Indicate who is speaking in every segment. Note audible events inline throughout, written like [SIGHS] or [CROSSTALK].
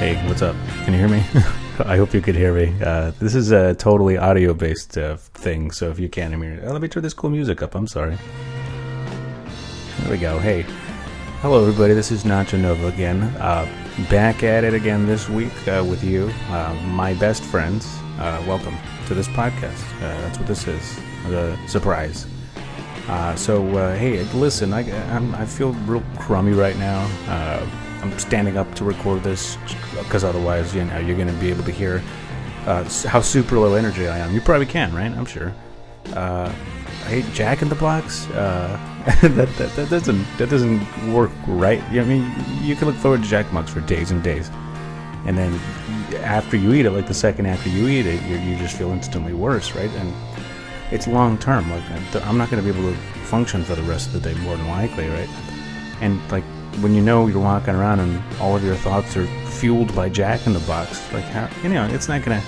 Speaker 1: Hey, what's up? Can you hear me? [LAUGHS] I hope you could hear me. Uh, this is a totally audio based uh, thing, so if you can't hear me, oh, let me turn this cool music up. I'm sorry. There we go. Hey. Hello, everybody. This is Nacho Nova again. Uh, back at it again this week uh, with you, uh, my best friends. Uh, welcome to this podcast. Uh, that's what this is. The surprise. Uh, so uh, hey, listen, I, I'm, I feel real crummy right now. Uh, I'm standing up to record this because otherwise, you know, you're going to be able to hear uh, s- how super low energy I am. You probably can, right? I'm sure. Uh, I hate Jack in the Box. Uh, [LAUGHS] that, that, that doesn't that doesn't work right. You know, I mean, you can look forward to Jack in the Box for days and days, and then after you eat it, like the second after you eat it, you you just feel instantly worse, right? And it's long term. Like I- I'm not going to be able to function for the rest of the day, more than likely, right? And like when you know you're walking around and all of your thoughts are fueled by Jack in the Box, like how you know it's not going to.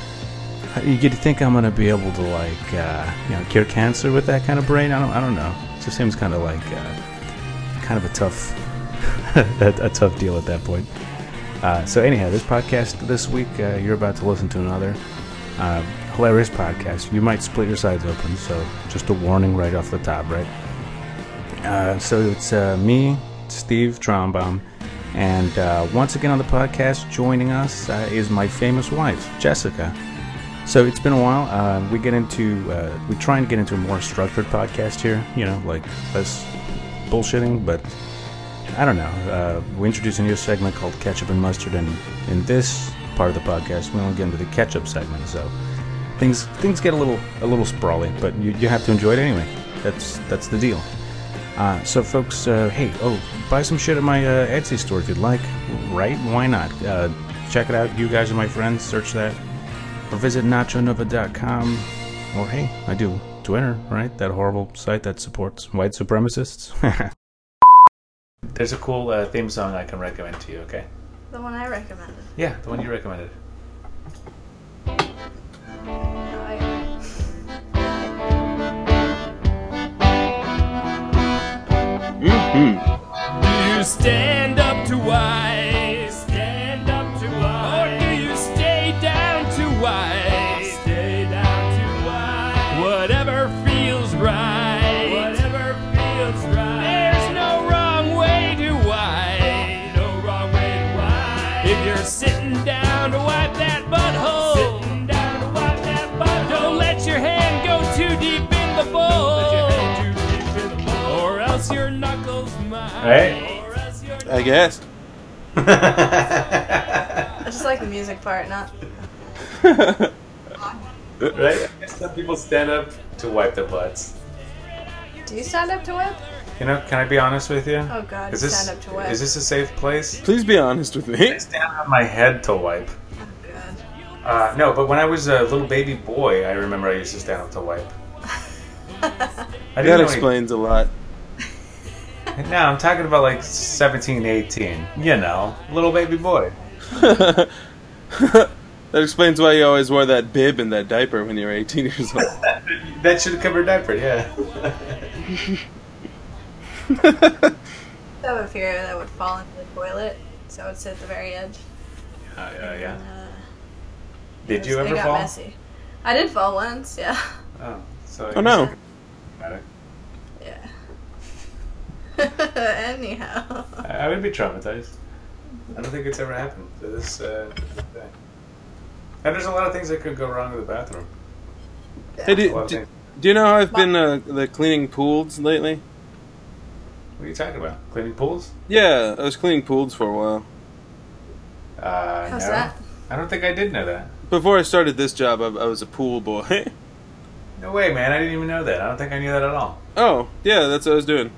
Speaker 1: You get to think I'm going to be able to like uh, you know cure cancer with that kind of brain. I don't. I don't know. It just seems kind of like uh, kind of a tough [LAUGHS] a, a tough deal at that point. Uh, so anyhow, this podcast this week, uh, you're about to listen to another uh, hilarious podcast. You might split your sides open, so just a warning right off the top, right? Uh, so it's uh, me, Steve Trombaum, and uh, once again on the podcast, joining us uh, is my famous wife, Jessica. So it's been a while. Uh, we get into uh, we try and get into a more structured podcast here, you know, like less bullshitting, but I don't know. Uh, we introduce a new segment called Ketchup and Mustard, and in this part of the podcast, we only get into the ketchup segment. So things things get a little a little sprawly, but you, you have to enjoy it anyway. That's that's the deal. Uh, so, folks, uh, hey, oh, buy some shit at my uh, Etsy store if you'd like, right? Why not? Uh, check it out. You guys are my friends. Search that, or visit nachonova.com, or hey, I do Twitter, right? That horrible site that supports white supremacists. [LAUGHS] There's a cool uh, theme song I can recommend to you, okay?
Speaker 2: The one I recommended.
Speaker 1: Yeah, the one you [LAUGHS] recommended.
Speaker 2: No, I-
Speaker 3: Do you stand up to why? Stand up to why? Or do you stay down to why? Stay down to why? Whatever feels right. Whatever feels right. There's no wrong way to why. No wrong way to why. If you're sitting down to wipe that butthole. Sitting down to wipe that butthole. Don't let your hand go too deep in the bowl. Or else your knuckles might.
Speaker 1: Right?
Speaker 3: Or else your
Speaker 4: I guess.
Speaker 2: I just like the music part, not.
Speaker 1: Right? Some people stand up to wipe their butts.
Speaker 2: Do you stand up to whip?
Speaker 1: You know, can I be honest with you?
Speaker 2: Oh God,
Speaker 1: is this
Speaker 2: stand up to whip.
Speaker 1: is this a safe place?
Speaker 4: Please be honest with me.
Speaker 1: I stand on my head to wipe.
Speaker 2: Oh God.
Speaker 1: Uh, no, but when I was a little baby boy, I remember I used to stand up to wipe.
Speaker 4: [LAUGHS]
Speaker 1: I didn't
Speaker 4: That
Speaker 1: know any-
Speaker 4: explains a lot. [LAUGHS]
Speaker 1: no, I'm talking about like 17, 18. You know, little baby boy.
Speaker 4: that explains why you always wore that bib and that diaper when you were 18 years old.
Speaker 1: That should have covered diaper, [LAUGHS] yeah.
Speaker 2: That would appear that would fall into the toilet, so it's at the very edge.
Speaker 1: Uh, yeah, yeah.
Speaker 2: And, uh,
Speaker 1: Did
Speaker 2: it
Speaker 1: you
Speaker 2: was-
Speaker 1: ever
Speaker 2: it got
Speaker 1: fall?
Speaker 2: messy. I did fall once. Yeah. [LAUGHS]
Speaker 1: Oh, so I
Speaker 4: Oh no.
Speaker 1: guess-
Speaker 2: Yeah. [LAUGHS] Anyhow.
Speaker 1: I I would be traumatized. I don't think it's ever happened to this uh, thing. And there's a lot of things that could go wrong with the bathroom.
Speaker 4: Hey,
Speaker 1: A
Speaker 4: do,
Speaker 1: lot of
Speaker 4: do,
Speaker 1: things.
Speaker 4: do you know how I've been uh, the cleaning pools lately?
Speaker 1: What are you talking about? Cleaning pools?
Speaker 4: Yeah, I was cleaning pools for a while.
Speaker 1: Uh,
Speaker 2: How's
Speaker 1: no.
Speaker 2: that?
Speaker 1: I don't think I did know that.
Speaker 4: Before I started this job, I, I was a pool boy. [LAUGHS]
Speaker 1: No way, man. I didn't even know that. I don't think I knew that at all.
Speaker 4: oh, yeah, that's what I was doing.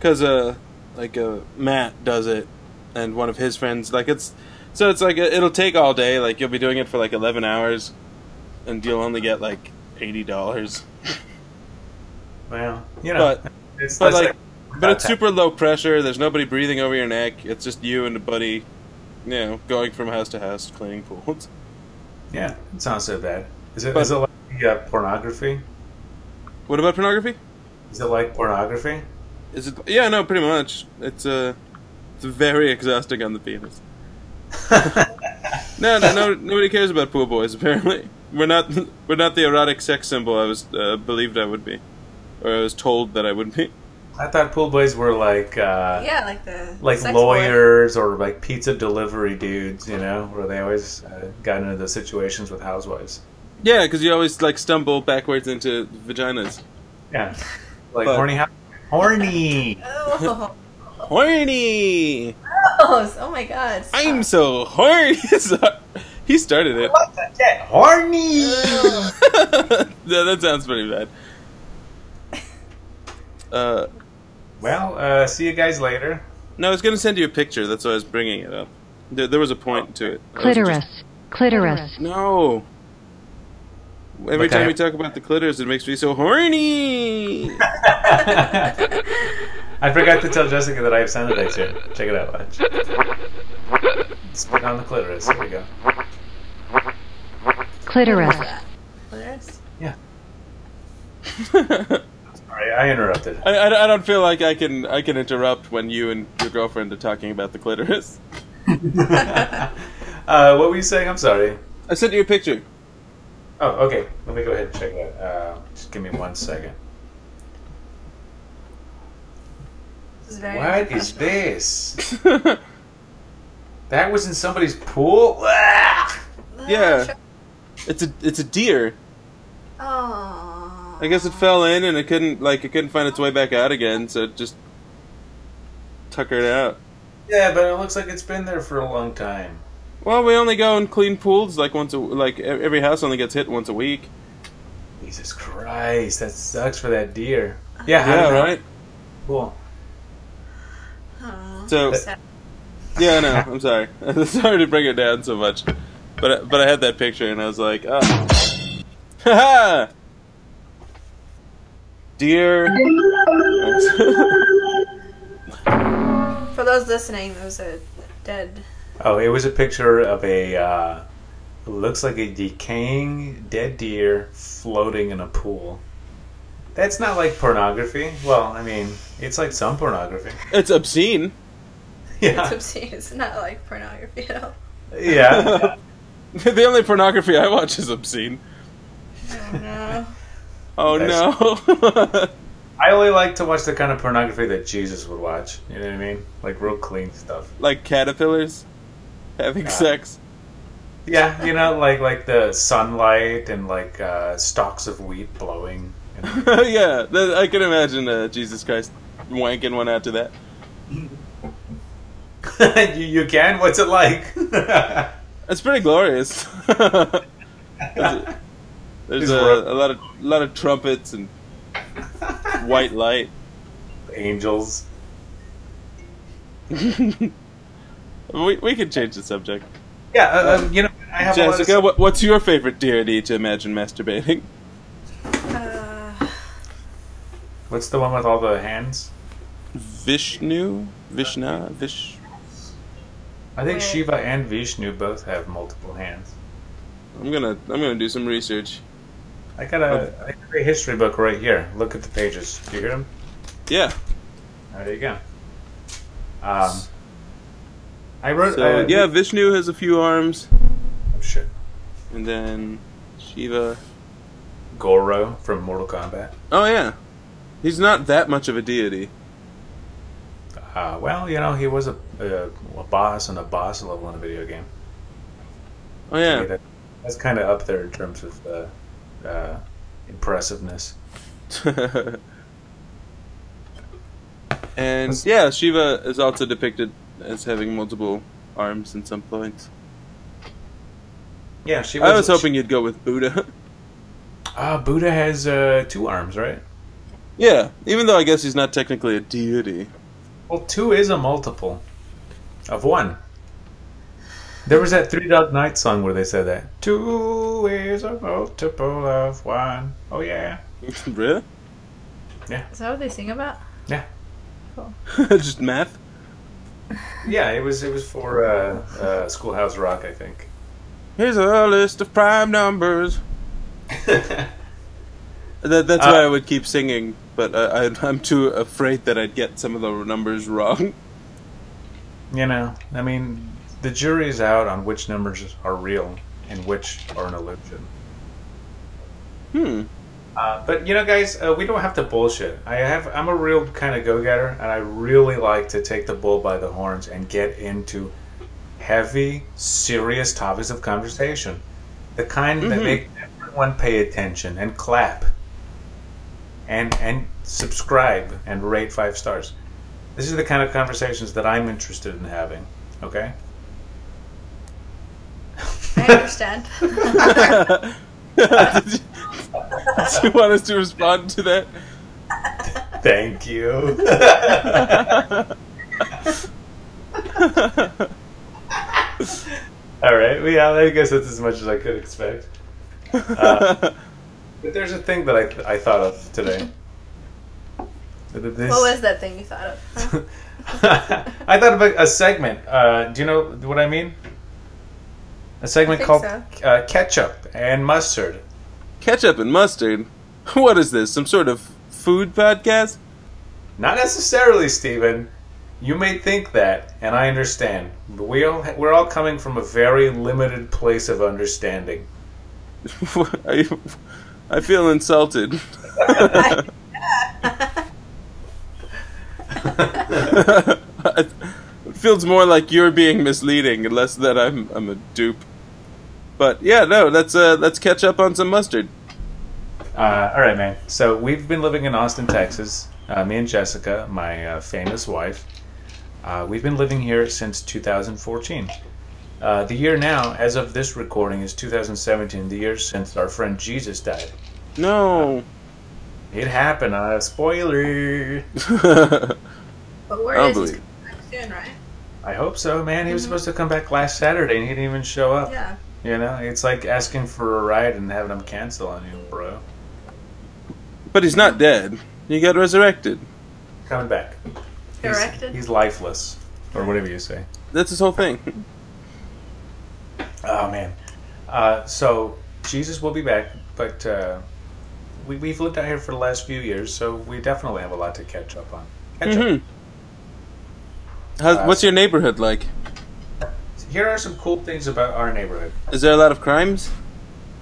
Speaker 4: Cause uh, like uh, Matt does it, and one of his friends like it's, so it's like uh, it'll take all day. Like you'll be doing it for like 11 hours, and you'll only get like 80 dollars.
Speaker 1: Well, you know.
Speaker 4: But
Speaker 1: it's,
Speaker 4: but,
Speaker 1: that's
Speaker 4: like, But it's super low pressure. There's nobody breathing over your neck. It's just you and a buddy, you know, going from house to house cleaning pools. [LAUGHS]
Speaker 1: Yeah, it's not so bad. Is it,
Speaker 4: But-
Speaker 1: is it like uh, pornography?
Speaker 4: What about pornography?
Speaker 1: Is it like pornography?
Speaker 4: [LAUGHS] Is it? Yeah, no, pretty much. It's uh, it's very exhausting on the penis. No, no, no nobody cares about pool boys. Apparently, we're not we're not the erotic sex symbol I was uh, believed I would be, or I was told that I would be.
Speaker 1: I thought pool boys were like uh,
Speaker 2: Yeah, like the
Speaker 1: like
Speaker 2: sex boy.
Speaker 1: lawyers or like pizza delivery dudes, you know, where they always uh, got into those situations with housewives.
Speaker 4: Yeah, because you always like stumble backwards into vaginas. [LAUGHS]
Speaker 1: Yeah, like
Speaker 4: But-
Speaker 1: horny, hou- horny.
Speaker 2: Oh, [LAUGHS]
Speaker 4: Horny.
Speaker 2: gross. oh my god. stop.
Speaker 4: I'm so horny. [LAUGHS] So- he started it. [LAUGHS]
Speaker 1: horny.
Speaker 2: Ugh.
Speaker 4: yeah, that sounds pretty bad. Uh,
Speaker 1: Well, uh, see you guys later.
Speaker 4: no, I was gonna send you a picture. That's why I was bringing it up. There, there was a point to it. I wasn't just-
Speaker 5: clitoris, clitoris,
Speaker 4: No. Every
Speaker 1: Look, I-
Speaker 4: time we talk about the clitoris, it makes me so horny. [LAUGHS]
Speaker 1: [LAUGHS] I forgot to tell Jessica that I have sound effects here. Check it out, Latch. Spit on the clitoris. Here we go.
Speaker 5: clitoris,
Speaker 2: Clitoris?
Speaker 1: Sorry, I
Speaker 4: [LAUGHS]
Speaker 1: interrupted.
Speaker 4: I, I, I don't feel like I can I can interrupt when you and your girlfriend are talking about the clitoris.
Speaker 1: uh, what were you saying? I'm sorry.
Speaker 4: I sent you a picture. [LAUGHS]
Speaker 1: Oh, okay. Let me go ahead and check it out. Uh, just give me one second.
Speaker 2: This is very
Speaker 1: What is this? that was in somebody's pool? [LAUGHS] Ah!
Speaker 2: Ah,
Speaker 4: Yeah.
Speaker 2: sure.
Speaker 4: It's a it's a deer.
Speaker 2: Oh.
Speaker 4: I guess it fell in and it couldn't like it couldn't find its way back out again, so it just tuckered out.
Speaker 1: Yeah, but it looks like it's been there for a long time.
Speaker 4: Well, we only go and clean pools like once a like e- every house only gets hit once a week.
Speaker 1: Jesus Christ, that sucks for that deer. Yeah, how
Speaker 4: Yeah,
Speaker 1: did that-
Speaker 4: right.
Speaker 1: Cool.
Speaker 2: Aw.
Speaker 4: So
Speaker 2: Sad.
Speaker 4: yeah, I know. I'm sorry. [LAUGHS] sorry to bring it down so much, but I- but I had that picture and I was like, ah, ha [LAUGHS] dear. [LAUGHS]
Speaker 2: For those listening, there was a dead.
Speaker 1: Oh, it was a picture of a, uh, it looks like a decaying dead deer floating in a pool. That's not like pornography. Well, I mean, it's like some pornography. [LAUGHS]
Speaker 4: it's obscene. [LAUGHS]
Speaker 1: Yeah.
Speaker 2: It's not like pornography at all.
Speaker 1: [LAUGHS] Yeah.
Speaker 4: the only pornography I watch is obscene.
Speaker 2: Oh no.
Speaker 4: Oh no. [LAUGHS]
Speaker 1: I only like to watch the kind of pornography that Jesus would watch. You know what I mean? Like real clean stuff.
Speaker 4: like caterpillars having
Speaker 1: Yeah.
Speaker 4: sex. [LAUGHS]
Speaker 1: Yeah, you know, [LAUGHS] like like the sunlight and like uh, stalks of wheat blowing. [LAUGHS] You know?
Speaker 4: yeah, that, I can imagine uh, Jesus Christ wanking one after that.
Speaker 1: you, you can. What's it like? [LAUGHS]
Speaker 4: It's pretty glorious. [LAUGHS] there's a, there's
Speaker 1: He's
Speaker 4: a,
Speaker 1: rough.
Speaker 4: a lot of a lot of
Speaker 1: [LAUGHS]
Speaker 4: trumpets and white light.
Speaker 1: Angels.
Speaker 4: We we can change the subject.
Speaker 1: Yeah, uh, um, you know, I have
Speaker 4: Jessica,
Speaker 1: a lot
Speaker 4: what, what's your favorite deity to imagine masturbating?
Speaker 2: Uh,
Speaker 1: of, What's the one with all the hands?
Speaker 4: Vishnu, Vishna, Vish.
Speaker 1: I think
Speaker 2: Wait.
Speaker 1: Shiva and Vishnu both have multiple hands.
Speaker 4: I'm gonna I'm gonna do some research.
Speaker 1: I got a, I got a history book right here. Look at the pages. Do you hear them?
Speaker 4: Yeah.
Speaker 1: There you go. Um, I wrote.
Speaker 4: So
Speaker 1: uh,
Speaker 4: yeah, Vishnu has a few arms,
Speaker 1: Oh, shit.
Speaker 4: and then Shiva.
Speaker 1: Goro from Mortal Kombat.
Speaker 4: Oh yeah, he's not that much of a deity.
Speaker 1: Uh, well, you know, he was a, a, a boss and a boss level in a video game.
Speaker 4: Oh yeah.
Speaker 1: That- that's kind of up there in terms of uh, uh, impressiveness.
Speaker 4: [LAUGHS] and yeah, Shiva is also depicted as having multiple arms in some points.
Speaker 1: Yeah, she.
Speaker 4: I was hoping you'd go with Buddha. [LAUGHS]
Speaker 1: Ah, Buddha has uh, two arms, right?
Speaker 4: yeah, even though I guess he's not technically a deity. [LAUGHS]
Speaker 1: Well, two is a multiple of one. There was that Three Dog Night song where they said that two is a multiple of one. Oh yeah,
Speaker 4: really? [LAUGHS]
Speaker 2: is that what they sing about?
Speaker 1: yeah,
Speaker 4: Just math?
Speaker 1: yeah. It was it was for uh, uh, Schoolhouse Rock, I think.
Speaker 4: Here's a list of prime numbers. That, that's why
Speaker 1: Uh,
Speaker 4: I would keep singing, but I, [LAUGHS] I, I'm too afraid that I'd get some of the numbers wrong.
Speaker 1: you know, I mean, the jury's out on which numbers are real and which are an illusion.
Speaker 4: [LAUGHS] Hmm. [LAUGHS]
Speaker 1: Uh, but you know, guys, uh, we don't have to bullshit. I have I'm a real kind of go-getter, and I really like to take the bull by the horns and get into heavy, serious topics of conversation, the kind that make everyone pay attention and clap, and and subscribe and rate five stars. This is the kind of conversations that I'm interested in having. Okay.
Speaker 2: I [LAUGHS] understand.
Speaker 4: Did you, [LAUGHS] do you want us to respond to that?
Speaker 1: [LAUGHS] Thank you.
Speaker 4: [LAUGHS]
Speaker 1: All right. Well, yeah, I guess that's as much as I could expect. Uh, But there's a thing that I, I thought of today. That This,
Speaker 2: what was that thing you thought of? Huh?
Speaker 1: [LAUGHS] I thought of a, a segment. Uh, do you know what I mean? A segment
Speaker 2: think
Speaker 1: called
Speaker 2: so.
Speaker 1: uh, Ketchup and Mustard.
Speaker 4: Ketchup and mustard. What is this? Some sort of food podcast? [LAUGHS]
Speaker 1: Not necessarily, Stephen. You may think that, and I understand, but we all we're all coming from a very limited place of understanding.
Speaker 4: Are you- I feel insulted. it feels more like you're being misleading, and less that I'm I'm a dupe. But yeah, no, let's uh, let's catch up on some mustard.
Speaker 1: Uh, all right, man. So we've been living in Austin, Texas. Uh, me and Jessica, my uh, famous wife, uh, we've been living here since 2014. Uh, the year now, as of this recording, is 2017. The year since our friend Jesus died.
Speaker 4: No. [LAUGHS]
Speaker 1: It happened. Uh, spoiler.
Speaker 2: But
Speaker 4: I
Speaker 2: where is
Speaker 4: don't
Speaker 2: he's
Speaker 4: believe
Speaker 2: coming back soon, right?
Speaker 1: I hope so, man. He was supposed to come back last Saturday, and he didn't even show up.
Speaker 2: Yeah.
Speaker 1: You know, it's like asking for a ride and having them cancel on you, bro.
Speaker 4: But he's not dead. He got resurrected.
Speaker 1: Coming back. He's-
Speaker 2: Directed?
Speaker 1: he's lifeless, or whatever you say.
Speaker 4: That's his whole [LAUGHS] thing.
Speaker 1: Oh man. Uh, so Jesus will be back, but uh, we, we've lived out here for the last few years, so we definitely have a lot to catch up on. Catch
Speaker 4: hmm
Speaker 1: up.
Speaker 4: How's, what's your neighborhood like?
Speaker 1: Here are some cool things about our neighborhood.
Speaker 4: Is there a lot of crimes?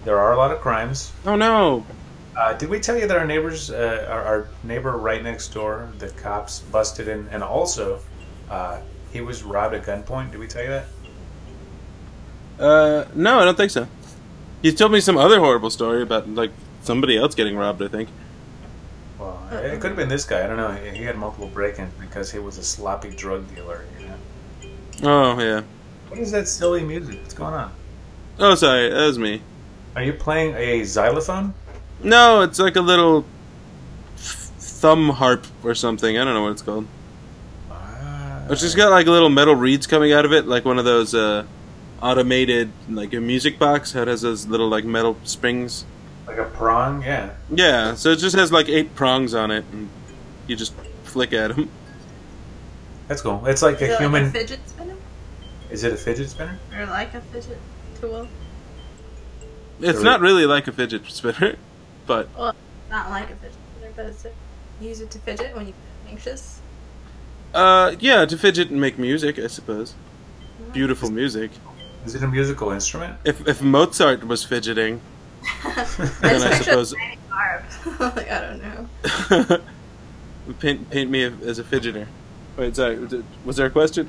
Speaker 1: There are a lot of crimes.
Speaker 4: Oh no.
Speaker 1: Uh, did we tell you that our neighbors, uh, our, our neighbor right next door, the cops busted in, and also uh, he was robbed at gunpoint? Did we tell you that?
Speaker 4: Uh, no, I don't think so. You told me some other horrible story about like somebody else getting robbed. I think.
Speaker 1: Well, it could have been this guy. I don't know. He he had multiple break-ins because he was a sloppy drug dealer. You know?
Speaker 4: Oh yeah.
Speaker 1: What is that silly music? What's going on?
Speaker 4: Oh sorry, that was me.
Speaker 1: Are you playing a xylophone?
Speaker 4: No, it's like a little thumb harp or something. I don't know what it's called.
Speaker 1: Ah.
Speaker 4: It's just got like little metal reeds coming out of it, like one of those uh, automated like a music box. How it has those little like metal springs.
Speaker 1: like a prong, yeah.
Speaker 4: Yeah, so it just has like eight prongs on it, and you just flick at them.
Speaker 1: That's cool. It's like
Speaker 2: Is
Speaker 1: a
Speaker 2: it
Speaker 1: human.
Speaker 2: like a fidget spinner?
Speaker 1: is it a fidget spinner?
Speaker 2: Or like a fidget tool?
Speaker 4: It's
Speaker 1: Really?
Speaker 4: not really like a fidget spinner, but
Speaker 2: Not like a fidget spinner, but it's a, you use it to fidget when you're
Speaker 4: [LAUGHS]
Speaker 2: anxious.
Speaker 4: uh, yeah, to fidget and make music, I suppose. Beautiful music.
Speaker 1: Is it a musical instrument?
Speaker 4: If if Mozart was fidgeting, [LAUGHS]
Speaker 2: I
Speaker 4: Then I
Speaker 2: just
Speaker 4: suppose-
Speaker 2: suppose... arm. [LAUGHS] like, I don't know.
Speaker 4: paint paint me as a fidgeter. Wait, sorry, was it- was there a question?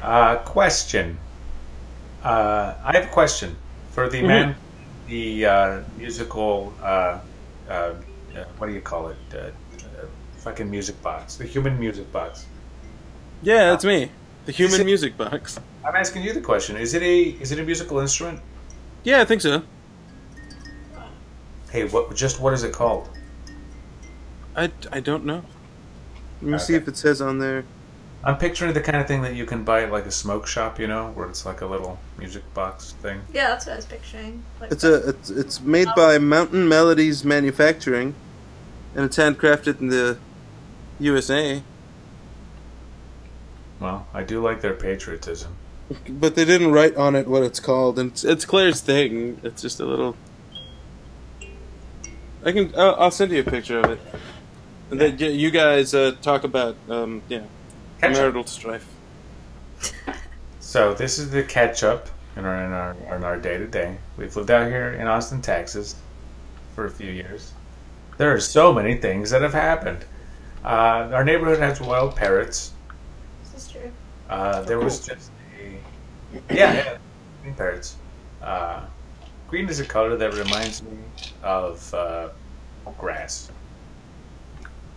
Speaker 1: Uh, question. Uh, I have a question for the man, the uh, musical. Uh, uh, uh, what do you call it? Uh, uh, fucking music box. The human music box.
Speaker 4: Yeah, that's me. The human
Speaker 1: it-
Speaker 4: music box.
Speaker 1: I'm asking you the question. Is it a is it a musical instrument?
Speaker 4: Yeah, I think so.
Speaker 1: Hey, what? Just what is it called?
Speaker 4: I, I don't know. Let me see
Speaker 1: Okay.
Speaker 4: if it says on there.
Speaker 1: I'm picturing the kind of thing that you can buy at like a smoke shop, you know, where it's like a little music box thing.
Speaker 2: Yeah, that's what I was picturing. Like
Speaker 4: It's a it's, it's made by Mountain Melodies Manufacturing, and it's handcrafted in the USA.
Speaker 1: Well, I do like their patriotism.
Speaker 4: But they didn't write on it what it's called, and it's, it's Claire's thing. It's just a little. I can I'll, I'll send you a picture of it. And then you- you guys uh, talk about um, yeah marital strife.
Speaker 1: So this is the catch up in our in our in our day to day. We've lived out here in Austin, Texas, for a few years. There are so many things that have happened. Uh, our neighborhood has wild parrots.
Speaker 2: This is true. [LAUGHS]
Speaker 1: Uh, there was just a yeah, yeah green parrots. Uh, green is a color that reminds me of uh, grass.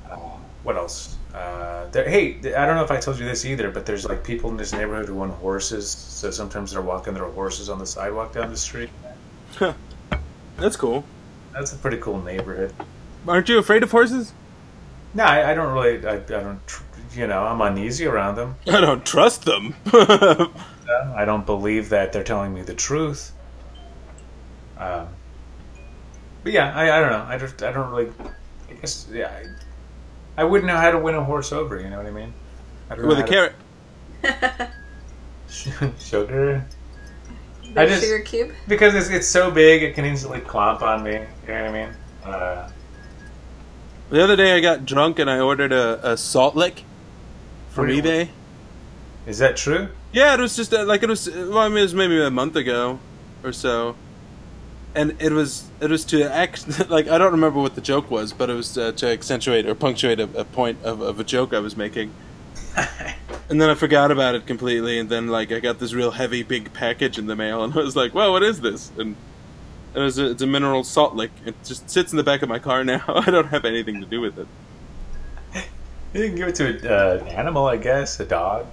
Speaker 1: Uh, what else? Uh, there, hey, th- I don't know if I told you this either, but there's like people in this neighborhood who own horses, so sometimes they're walking their horses on the sidewalk down the street.
Speaker 4: That's cool.
Speaker 1: That's a pretty cool neighborhood.
Speaker 4: Aren't you afraid of horses?
Speaker 1: No, I, I don't really. I, I don't. tr- You know, I'm uneasy around them.
Speaker 4: I don't trust them. [LAUGHS]
Speaker 1: Uh, I don't believe that they're telling me the truth. Um, but yeah, I, I don't know. I just I don't really. I guess yeah. I, I wouldn't know how to win a horse over. You know what I mean? I don't know
Speaker 4: With a
Speaker 1: how
Speaker 4: carrot.
Speaker 1: to- [LAUGHS] sugar.
Speaker 2: The
Speaker 1: I just-
Speaker 2: sugar cube.
Speaker 1: Because it's it's so big, it can instantly clomp on me. You know what I mean? Uh,
Speaker 4: The other day I got drunk and I ordered a, a salt lick from
Speaker 1: Wait,
Speaker 4: eBay.
Speaker 1: is that true?
Speaker 4: Yeah, it was just uh, like it was. Well, I mean, it was maybe a month ago or so, and it was it was to act [LAUGHS] like I don't remember what the joke was, but it was uh, to accentuate or punctuate a, a point of, of a joke I was making. And then I forgot about it completely, and then like I got this real heavy big package in the mail, and [LAUGHS] I was like, "Well, what is this?" And and it's a, it's a mineral salt lick. It just sits in the back of my car now. [LAUGHS] I don't have anything to do with it.
Speaker 1: You can give it to a, uh, an animal, I guess, a dog.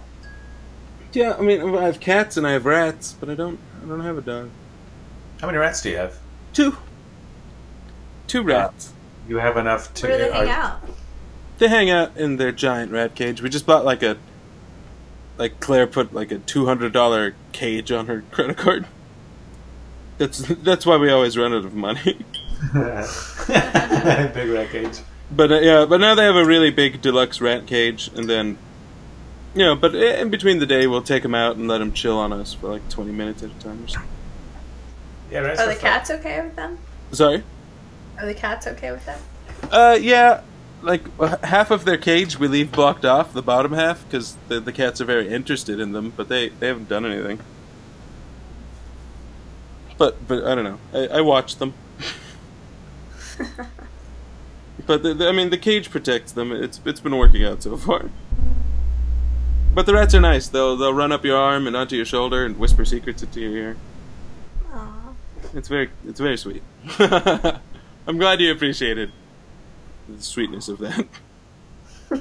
Speaker 4: Yeah, I mean, I have cats and I have rats, but I don't I don't have a dog.
Speaker 1: How many rats do you have?
Speaker 4: Two. Two rats.
Speaker 1: You have enough to.
Speaker 2: Where do they hang
Speaker 1: are-
Speaker 2: out?
Speaker 4: They hang out in their giant rat cage. We just bought like a like Claire put like a two hundred dollar cage on her credit card. That's that's why we always run out of money. [LAUGHS]
Speaker 1: [LAUGHS] Big rat cage.
Speaker 4: But uh, yeah, but now they have a really big deluxe rat cage, and then you know, but i- in between the day we'll take them out and let them chill on us for like twenty minutes at a time or something.
Speaker 1: Yeah, rats
Speaker 2: Are
Speaker 1: are
Speaker 2: Oh,
Speaker 1: fun.
Speaker 2: the cats okay with them?
Speaker 4: Sorry.
Speaker 2: Are the cats okay with [LAUGHS] them?
Speaker 4: Uh, yeah, like h- half of their cage we leave blocked off, the bottom half, because the, the cats are very interested in them, but they, they haven't done anything. But but I don't know. I, I watch them. but the, the, I mean, the cage protects them. It's it's been working out so far. But the rats are nice. They'll they'll run up your arm and onto your shoulder and whisper secrets into your ear.
Speaker 2: Aw.
Speaker 4: It's very it's very sweet. [LAUGHS] I'm glad you appreciated the sweetness of that.
Speaker 2: Do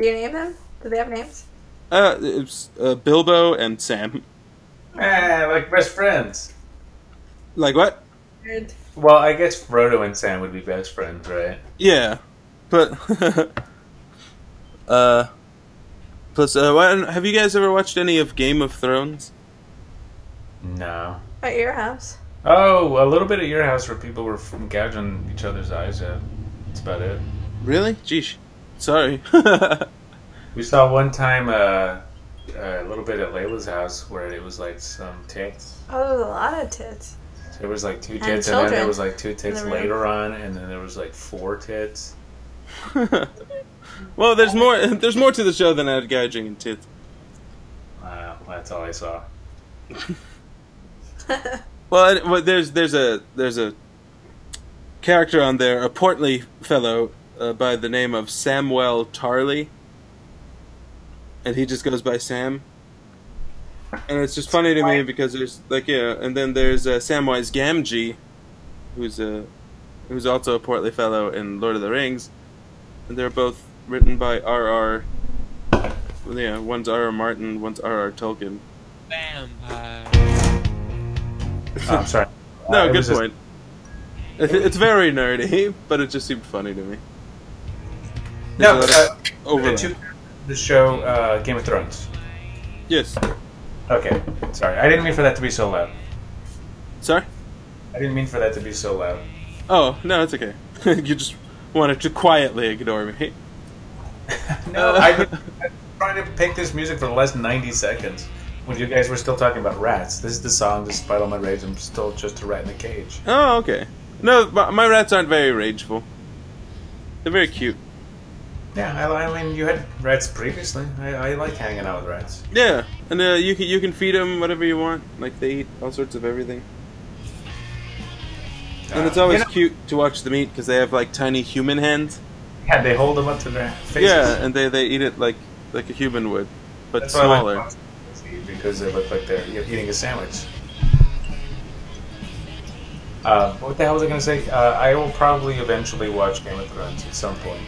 Speaker 2: you name them? Do they have names?
Speaker 4: Uh, it's uh, Bilbo and Sam.
Speaker 1: Ah, like best friends.
Speaker 4: Like what?
Speaker 2: Good.
Speaker 1: Well, I guess Frodo and Sam would be best friends, right?
Speaker 4: Yeah, but [LAUGHS] uh, plus uh, why, don't- have you guys ever watched any of Game of Thrones?
Speaker 1: No.
Speaker 2: At your house?
Speaker 1: Oh, a little bit at your house where people were f- gouging each other's eyes out. That's about it.
Speaker 4: Really? Jeez, sorry. [LAUGHS]
Speaker 1: We saw one time uh, a little bit at Layla's house where it was like some tits.
Speaker 2: Oh, there's a lot of tits.
Speaker 1: There was like two
Speaker 2: And
Speaker 1: tits, and, then there
Speaker 2: children
Speaker 1: was like two tits
Speaker 2: the room.
Speaker 1: later on, and then there was like four tits.
Speaker 4: well, there's more. [LAUGHS] There's more to the show than ad gouging and tits.
Speaker 1: Wow, Uh, that's all I saw.
Speaker 4: Well, it- well, there's there's a there's a character on there, a portly fellow uh, by the name of Samuel Tarley, and he just goes by Sam. And it's just funny to me because there's like yeah, and then there's uh, Samwise Gamgee, who's a who's also a portly fellow in Lord of the Rings, and they're both written by R.R. well, Yeah, one's R.R. Martin, one's R.R. Tolkien.
Speaker 3: Vampire.
Speaker 4: [LAUGHS]
Speaker 1: Oh, I'm sorry. Uh,
Speaker 4: No,
Speaker 1: it
Speaker 4: good
Speaker 1: was just-
Speaker 4: point. It- It's very nerdy, [LAUGHS] but it just seemed funny to me.
Speaker 1: No,
Speaker 4: There's a
Speaker 1: uh,
Speaker 4: lot of overlap.
Speaker 1: to the show uh, Game of Thrones.
Speaker 4: Yes.
Speaker 1: Okay, sorry. I didn't mean for that to be so loud.
Speaker 4: Sorry?
Speaker 1: I didn't mean for that to be so loud.
Speaker 4: Oh, no, it's okay. [LAUGHS] you just wanted to quietly ignore me.
Speaker 1: No,
Speaker 4: Uh,
Speaker 1: I was trying to pick this music for the last 90 seconds when you guys were still talking about rats. This is the song, despite all my rage, I'm still just a rat in a cage.
Speaker 4: Oh, okay. No, my, my rats aren't very rageful. They're very cute.
Speaker 1: Yeah, I, I mean, you had rats previously. I, I like hanging out with rats.
Speaker 4: Yeah, and uh, you can you can feed them whatever you want. Like they eat all sorts of everything, and it's
Speaker 1: Uh,
Speaker 4: always
Speaker 1: you know-
Speaker 4: cute to watch them eat because they have like tiny human hands.
Speaker 1: Yeah, they hold them up to their faces.
Speaker 4: Yeah, and they, they eat it like like a human would, but
Speaker 1: That's why I
Speaker 4: smaller.
Speaker 1: like foxes, because they look like they're you're eating a sandwich. Uh, what the hell was I going to say? Uh, I will probably eventually watch Game of Thrones at some point.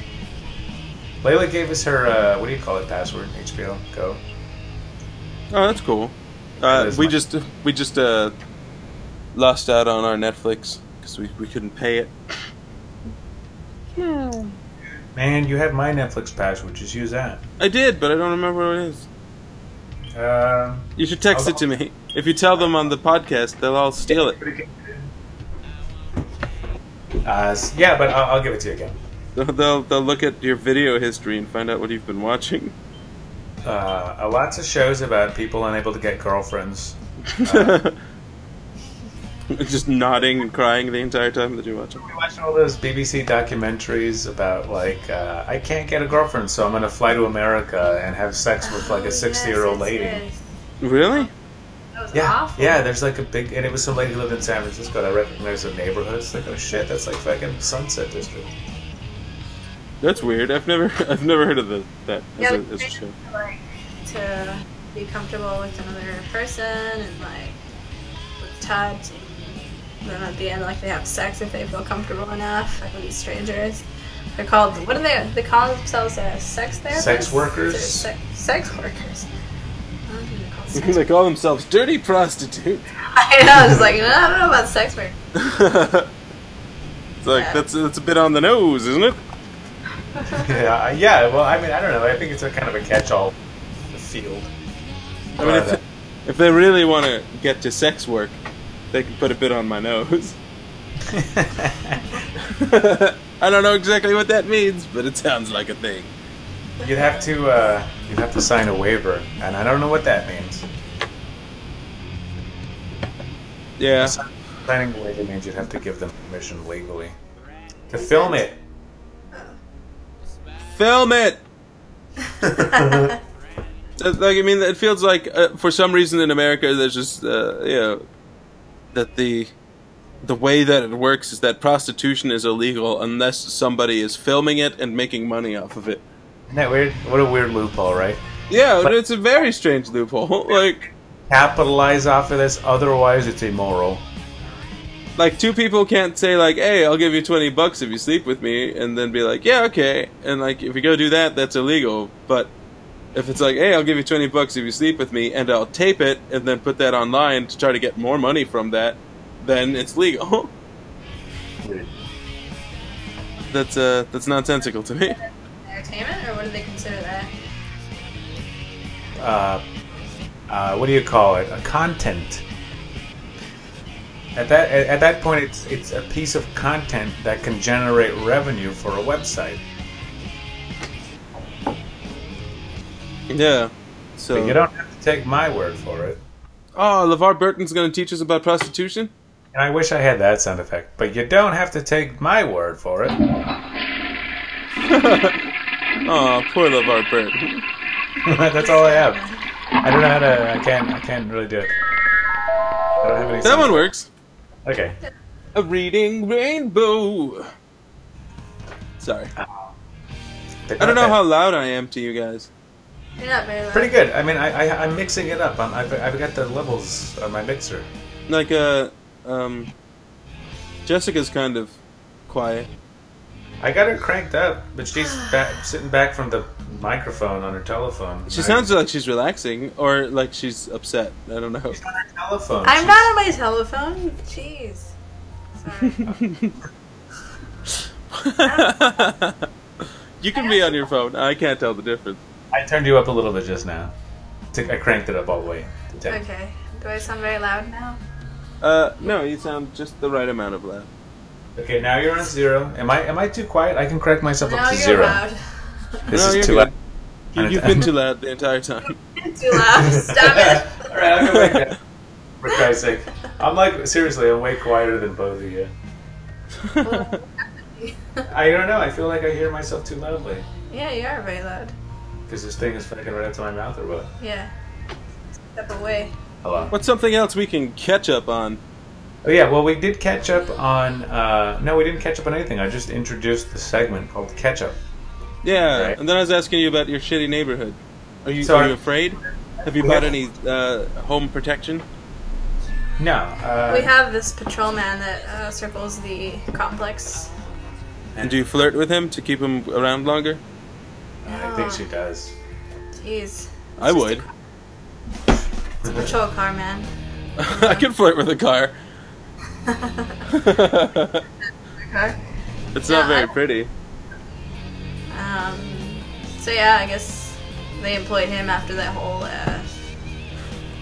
Speaker 1: Layla gave us her uh, what do you call it password? HBO Go.
Speaker 4: oh, that's cool.
Speaker 1: It
Speaker 4: Uh,
Speaker 1: is
Speaker 4: we
Speaker 1: nice.
Speaker 4: just we just uh, lost out on our Netflix because we, we couldn't pay it.
Speaker 1: Man, you have my Netflix password. Just use that.
Speaker 4: I did, but I don't remember what it is.
Speaker 1: Um,
Speaker 4: You should text it to me. If you tell them on the podcast, they'll all steal
Speaker 1: [LAUGHS]
Speaker 4: it.
Speaker 1: uh, s- yeah, but I'll, I'll give it to you again.
Speaker 4: They'll, they'll they'll look at your video history and find out what you've been watching.
Speaker 1: Uh, uh, lots of shows about people unable to get girlfriends. Uh-huh.
Speaker 4: [LAUGHS] Just nodding and crying the entire time that you're watching.
Speaker 1: We watched all those BBC documentaries about like uh, I can't get a girlfriend, so I'm gonna fly to America and have sex with like
Speaker 2: Oh,
Speaker 1: a
Speaker 2: yes,
Speaker 1: 60 year old
Speaker 2: yes,
Speaker 1: lady.
Speaker 2: yes.
Speaker 4: Really?
Speaker 2: That was
Speaker 1: Yeah,
Speaker 2: awful.
Speaker 1: yeah. There's like a big, and it was some lady who lived in San Francisco. And I recognized the neighborhood. It's like, oh shit, that's like fucking Sunset
Speaker 2: [LAUGHS]
Speaker 1: District.
Speaker 4: That's weird. I've never [LAUGHS] I've never heard of the, that
Speaker 2: Yeah,
Speaker 4: as
Speaker 2: like,
Speaker 4: a, as a show. [LAUGHS]
Speaker 2: trying to, like to be comfortable with another person and like with touch. And then at the end, like they have sex if they feel comfortable enough like, with these strangers. They're called what do they? They call themselves uh, sex therapists.
Speaker 1: Sex workers?
Speaker 2: They're Se- sex workers. I don't think they're called sex
Speaker 4: they call themselves dirty prostitutes.
Speaker 2: [LAUGHS] I know. I was like, no, I don't know about sex work.
Speaker 4: it's like
Speaker 2: Yeah.
Speaker 4: that's that's a bit on the nose, isn't it?
Speaker 1: yeah, I- yeah. Well, I mean, I don't know. I think it's a kind of a catch-all field.
Speaker 4: I mean, if, if they really want to get to sex work, they can put a bit on my nose. [LAUGHS] I don't know exactly what that means, but it sounds like a thing.
Speaker 1: you'd have to, uh, you'd have to sign a waiver, and I don't know what that means.
Speaker 4: Yeah.
Speaker 1: Planning a waiver means you'd have to give them permission legally to film it.
Speaker 4: Film it. [LAUGHS] That's like I mean, it feels like uh, for some reason in America, there's just uh, you know that the the way that it works is that prostitution is illegal unless somebody is filming it and making money off of it.
Speaker 1: Isn't that weird? What a weird loophole, right?
Speaker 4: Yeah, but it's a very strange loophole. [LAUGHS] Like
Speaker 1: Capitalize off of this, otherwise it's immoral.
Speaker 4: like two people can't say like, "Hey, I'll give you 20 bucks if you sleep with me," and then be like, "Yeah, okay." And like if you go do that, that's illegal. But if it's like, "Hey, I'll give you 20 bucks if you sleep with me," and I'll tape it and then put that online to try to get more money from that, then it's legal. [LAUGHS] that's uh that's nonsensical to me.
Speaker 2: Entertainment, or what do they consider that?
Speaker 1: Uh, uh, what do you call it? A content. At that at, at that point, it's it's a piece of content that can generate revenue for a website.
Speaker 4: Yeah.
Speaker 1: But
Speaker 4: So
Speaker 1: you don't have to take my word for it.
Speaker 4: Oh, LeVar Burton's going to teach us about prostitution?
Speaker 1: And I wish I had that sound effect. But you don't have to take my word for it.
Speaker 4: Oh, poor LeVar Burton.
Speaker 1: [LAUGHS] That's all I have. I don't know how to. I can't. I can't really do it. I don't have any.
Speaker 4: That one works.
Speaker 1: Okay.
Speaker 4: A reading rainbow. Sorry. I don't know how loud I am to you guys.
Speaker 2: You're not very loud.
Speaker 1: Pretty good. I mean, I, I I'm mixing it up. I'm, I've, I've got the levels on my mixer.
Speaker 4: Like, uh, um, Jessica's kind of quiet.
Speaker 1: I got her cranked up, but
Speaker 2: [SIGHS]
Speaker 1: she's back, sitting back from the microphone on her telephone.
Speaker 4: She
Speaker 1: I-
Speaker 4: sounds like she's relaxing or like she's upset. I don't know. [LAUGHS]
Speaker 1: She's on her telephone.
Speaker 2: I'm
Speaker 1: She's-
Speaker 2: not on my telephone. Jeez. Sorry.
Speaker 1: [LAUGHS]
Speaker 4: you can be on your phone. I can't tell the difference.
Speaker 1: I turned you up a little bit just now. Took- I cranked it up all the way. to 10.
Speaker 2: okay. Do I sound very loud now?
Speaker 4: Uh, no, you sound just the right amount of loud.
Speaker 1: Okay, now you're on zero. Am I am I too quiet? I can crank myself up
Speaker 2: No,
Speaker 1: to
Speaker 2: you're
Speaker 1: zero.
Speaker 2: loud. [LAUGHS]
Speaker 1: This
Speaker 4: No,
Speaker 1: is
Speaker 4: you're
Speaker 1: too
Speaker 4: good.
Speaker 1: loud.
Speaker 4: You,
Speaker 1: And
Speaker 4: you've
Speaker 1: it's-
Speaker 4: been too loud the
Speaker 1: [LAUGHS]
Speaker 4: entire time.
Speaker 2: Too loud. Stop it.
Speaker 1: All right, I'll go back down. For Christ's sake, I'm like seriously, I'm way quieter than both
Speaker 4: [LAUGHS]
Speaker 1: of you. I don't know. I feel like I hear myself too loudly.
Speaker 2: [LAUGHS] Yeah, you are very loud.
Speaker 1: Because this thing is fucking right up to my mouth or what?
Speaker 2: Yeah. Step away.
Speaker 1: Hello.
Speaker 4: What's something else we can catch up on?
Speaker 1: Oh yeah, well we did catch up on. Uh, no, we didn't catch up on anything. I just introduced the segment called Catch Up.
Speaker 4: Yeah,
Speaker 1: Right.
Speaker 4: and then I was asking you about your shitty neighborhood. Are you
Speaker 1: So
Speaker 4: are
Speaker 1: I-
Speaker 4: you afraid? Have you
Speaker 1: We
Speaker 4: bought
Speaker 1: have-
Speaker 4: any uh, home protection?
Speaker 1: No. Uh,
Speaker 2: We have this patrolman that uh, circles the complex.
Speaker 4: And do you flirt with him to keep him around longer?
Speaker 1: I think she does.
Speaker 2: Jeez.
Speaker 4: I would.
Speaker 2: It's a patrol car, man.
Speaker 4: [LAUGHS] I could flirt with
Speaker 1: [LAUGHS]
Speaker 4: a car.
Speaker 2: Okay.
Speaker 4: It's
Speaker 2: No,
Speaker 4: not very
Speaker 2: I-
Speaker 4: pretty.
Speaker 2: Um, so yeah, I guess they employed him after that whole, uh,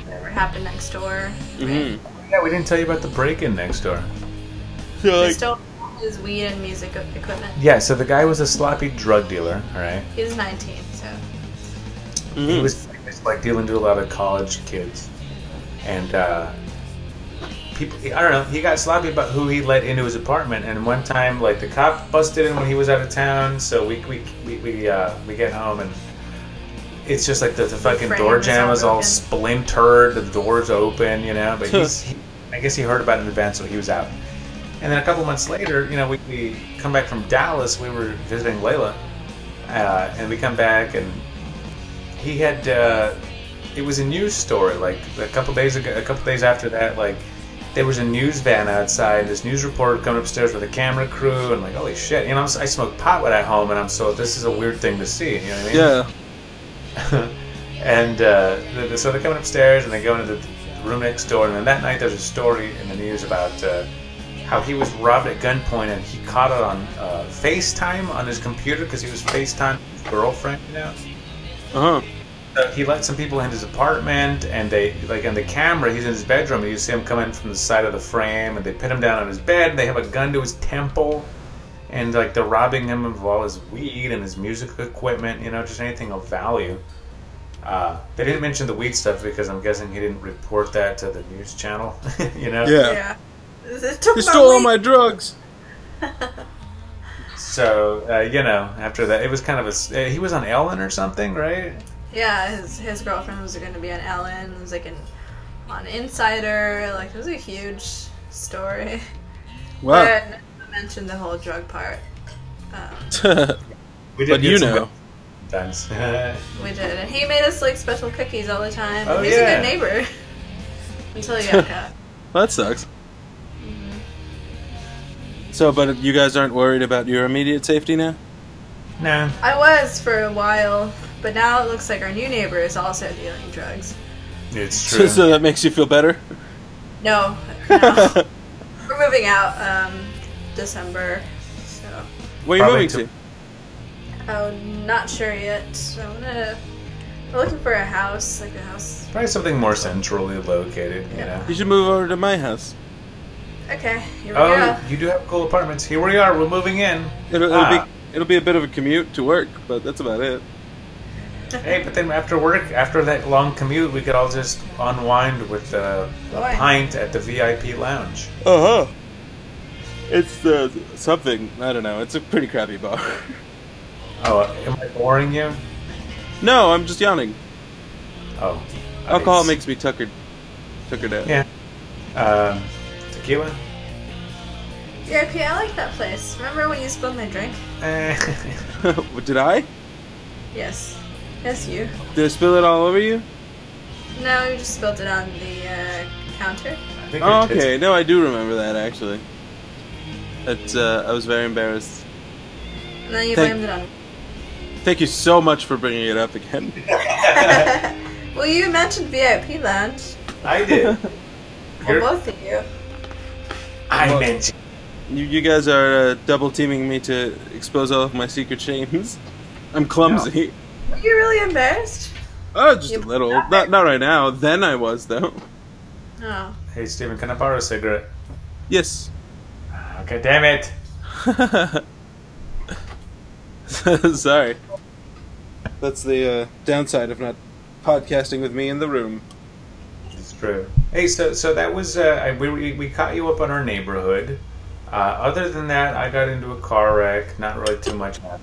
Speaker 2: whatever happened next door.
Speaker 4: hmm
Speaker 1: Yeah, we didn't tell you about the break-in next door.
Speaker 4: So
Speaker 2: They
Speaker 4: like,
Speaker 2: stole his weed and music equipment.
Speaker 1: Yeah, so the guy was a sloppy drug dealer. All right.
Speaker 2: He was 19, so.
Speaker 4: mm-hmm.
Speaker 1: He was famous, like dealing to a lot of college kids, and uh, people. I don't know. He got sloppy about who he let into his apartment. And one time, like the cop busted him when he was out of town. So we we we we, uh, we get home and it's just like the, the fucking
Speaker 2: Frame
Speaker 1: door
Speaker 2: is
Speaker 1: jam
Speaker 2: all
Speaker 1: is all
Speaker 2: broken.
Speaker 1: splintered. The door's open, you know. But he's, he, I guess he heard about it in advance, so he was out. And then a couple months later, you know, we, we come back from Dallas. We were visiting Layla, uh, and we come back, and he had. Uh, it was a news story. Like a couple days ago, a couple days after that, like there was a news van outside. This news reporter coming upstairs with a camera crew, and like, holy shit! You know, I'm, si smoke pot when at home, and I'm so this is a weird thing to see. You know what I mean?
Speaker 4: yeah,
Speaker 1: and uh, the, the- so they're coming upstairs and they go into the room next door. And then that night, there's a story in the news about uh, how he was robbed at gunpoint and he caught it on uh, FaceTime on his computer because he was FaceTime his girlfriend, you know.
Speaker 4: uh huh.
Speaker 1: So he let some people in his apartment, and they like on the camera. He's in his bedroom, and you see him coming from the side of the frame, and they pin him down on his bed. They have a gun to his temple, and like they're robbing him of all his weed and his music equipment. You know, just anything of value. Uh, they didn't mention the weed stuff because I'm guessing he didn't report that to the news channel. [LAUGHS] you know.
Speaker 4: Yeah.
Speaker 2: Yeah. It took
Speaker 4: He
Speaker 2: my
Speaker 4: stole all
Speaker 2: weed.
Speaker 4: my drugs.
Speaker 1: So uh, you know, after that, it was kind of a. s- Uh, he was on Ellen or something, right?
Speaker 2: Yeah, his, his girlfriend was going to be on Ellen. It was like an, on Insider. Like, it was a huge
Speaker 1: [LAUGHS]
Speaker 2: story.
Speaker 4: Wow.
Speaker 2: But I mentioned the whole drug part. Um,
Speaker 4: [LAUGHS] but
Speaker 1: We did get
Speaker 4: you
Speaker 1: some
Speaker 4: know,
Speaker 1: [LAUGHS] Times.
Speaker 2: We did, and he made us like special cookies all the time.
Speaker 1: Oh,
Speaker 2: He's
Speaker 1: yeah.
Speaker 2: a good neighbor. [LAUGHS]
Speaker 1: [LAUGHS]
Speaker 2: Until Yucca.
Speaker 4: well, that sucks.
Speaker 2: Mm-hmm.
Speaker 4: So, but you guys aren't worried about your immediate safety now?
Speaker 1: no.
Speaker 2: I was for a while, but now it looks like our new neighbor is also dealing drugs.
Speaker 1: It's
Speaker 4: So,
Speaker 1: true.
Speaker 4: [LAUGHS] so that makes you feel [LAUGHS] better.
Speaker 2: No, no.
Speaker 1: [LAUGHS]
Speaker 2: we're moving out um, December, so
Speaker 4: Where are
Speaker 1: Probably
Speaker 4: you moving
Speaker 1: to-
Speaker 4: to?
Speaker 2: I'm Oh, not sure yet. So I'm gonna. We're looking for a house, like a house.
Speaker 1: Probably something more centrally located, you know.
Speaker 2: Yeah.
Speaker 4: You should move over to my house.
Speaker 2: Okay, here we
Speaker 1: Oh,
Speaker 2: go.
Speaker 1: you do have cool apartments. Here we are. We're moving in.
Speaker 4: It'll, it'll
Speaker 1: Ah.
Speaker 4: be it'll be a bit of a commute to work, but that's about it.
Speaker 1: Hey, but then after work, after that long commute, we could all just unwind with uh, a
Speaker 2: Why?
Speaker 1: pint at the VIP lounge.
Speaker 4: Uh huh. It's uh, something I don't know. It's a pretty crappy bar. [LAUGHS]
Speaker 1: Oh, am I boring you?
Speaker 4: no, I'm just yawning.
Speaker 1: Oh,
Speaker 4: Alcohol
Speaker 1: makes.
Speaker 4: makes me tuckered, tuckered out.
Speaker 1: Yeah. Um, tequila.
Speaker 2: VIP, I like that place. Remember when you spilled my drink?
Speaker 1: Eh. [LAUGHS]
Speaker 4: What, [LAUGHS] Did I?
Speaker 2: Yes. Yes, you.
Speaker 4: Did I spill it all over you?
Speaker 2: No, you just spilled it on the uh, counter.
Speaker 1: I think
Speaker 4: Oh,
Speaker 1: we did-
Speaker 4: okay. No, I do remember that actually. It's, uh, I was very embarrassed.
Speaker 2: And then you
Speaker 4: Thank-
Speaker 2: blamed it on.
Speaker 4: Thank you so much for bringing it up again.
Speaker 2: [LAUGHS] Well, you mentioned VIP lounge.
Speaker 1: [LAUGHS] I
Speaker 4: [LAUGHS]
Speaker 1: did.
Speaker 2: Well,
Speaker 1: You're-
Speaker 2: both of you.
Speaker 1: I mentioned.
Speaker 4: you, you guys are uh, double teaming me to expose all of my secret shames. I'm clumsy.
Speaker 2: Were you really embarrassed?
Speaker 4: [LAUGHS] Oh, just
Speaker 2: You-
Speaker 4: a little. Not not right now. Then I was though.
Speaker 2: No.
Speaker 1: Hey, Steven, can I borrow a cigarette?
Speaker 4: Yes. [LAUGHS]
Speaker 1: Okay, damn it.
Speaker 4: Sorry. That's the uh, downside of not podcasting with me in the room.
Speaker 1: It's true. Hey, so so that was uh, I- we we- we caught you up on our neighborhood. Uh, other than that, I got into a car wreck. Not really too much. happened.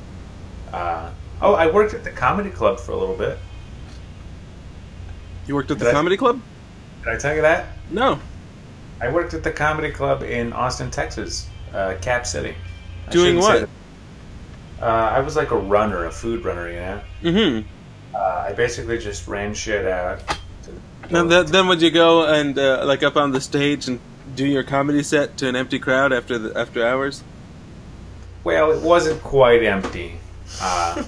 Speaker 1: Uh, Oh, I worked at the comedy club for a little bit.
Speaker 4: You worked at the
Speaker 1: Did I-
Speaker 4: comedy club?
Speaker 1: Did I tell you that?
Speaker 4: No.
Speaker 1: I worked at the comedy club in Austin, Texas, uh, Cap City. I
Speaker 4: Doing
Speaker 1: shouldn't say
Speaker 4: what?
Speaker 1: that. Uh, I was like a runner, a food runner, you know.
Speaker 4: Mm-hmm.
Speaker 1: Uh, I basically just ran shit out. Oh.
Speaker 4: Now that, then would you go and uh, like up on the stage and do your comedy set to an empty crowd after the, after hours?
Speaker 1: Well, it wasn't quite empty. Uh,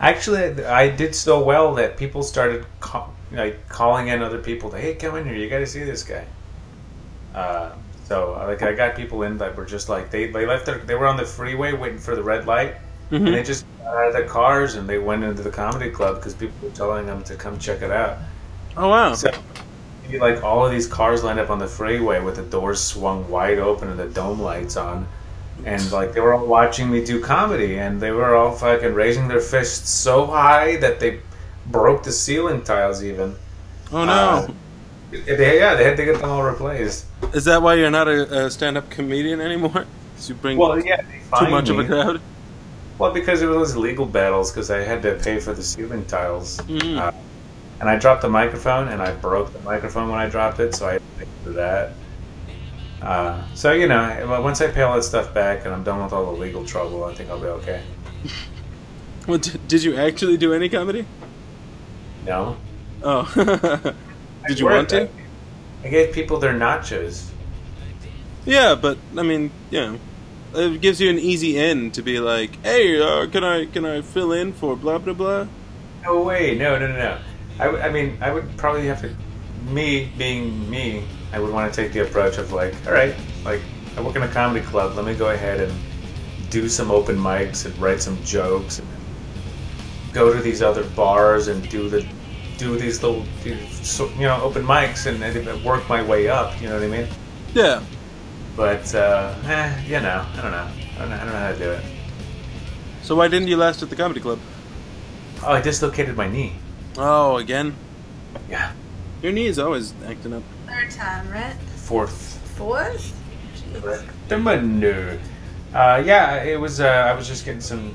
Speaker 1: actually, I did so well that people started ca- like calling in other people. To, hey, come in here! You got to see this guy. Uh, so, like, I got people in that were just like they, they left their they were on the freeway waiting for the red light,
Speaker 4: Mm-hmm.
Speaker 1: and they just got out of their cars and they went into the comedy club because people were telling them to come check it out.
Speaker 4: Oh wow.
Speaker 1: So, you like all of these cars lined up on the freeway with the doors swung wide open and the dome lights on, and like they were all watching me do comedy, and they were all fucking raising their fists so high that they broke the ceiling tiles. Even
Speaker 4: oh
Speaker 1: uh,
Speaker 4: no.
Speaker 1: they, yeah, they had to get them all replaced.
Speaker 4: Is that why you're not a, a stand-up comedian anymore? [LAUGHS] 'Cause you bring
Speaker 1: Well, yeah, they
Speaker 4: too
Speaker 1: fined
Speaker 4: much of
Speaker 1: me.
Speaker 4: a crowd.
Speaker 1: Well, because it was those legal battles, because I had to pay for the ceiling tiles,
Speaker 4: Mm.
Speaker 1: uh, and I dropped the microphone, and I broke the microphone when I dropped it, so I had to pay for that. Uh, so you know, well, once I pay all that stuff back, and I'm done with all the legal trouble, I think I'll be okay.
Speaker 4: Well, d- did you actually do any comedy?
Speaker 1: No,
Speaker 4: Oh. [LAUGHS] did you
Speaker 1: I
Speaker 4: want to?
Speaker 1: worked. I gave people their nachos.
Speaker 4: Yeah, but I mean, yeah, it gives you an easy end to be like, "Hey, uh, can I can I fill in for blah blah blah?"
Speaker 1: No way, no, no, no, no. I, w- I mean, I would probably have to, me being me, I would want to take the approach of like, all right, like, I work in a comedy club, let me go ahead and do some open mics and write some jokes and go to these other bars and do the, do these little, do, so, you know, open mics and, and work my way up, you know what I mean?
Speaker 4: Yeah,
Speaker 1: But, uh, eh, you know, I don't know. I don't know, I don't know how to do it.
Speaker 4: So why didn't you last at the comedy club?
Speaker 1: Oh, I dislocated my knee.
Speaker 4: Oh, again?
Speaker 1: Yeah.
Speaker 4: Your knee is always acting up.
Speaker 2: [LAUGHS] Third time, right?
Speaker 1: Fourth.
Speaker 2: Fourth?
Speaker 1: The menu. Uh, yeah, it was. Uh, I was just getting some.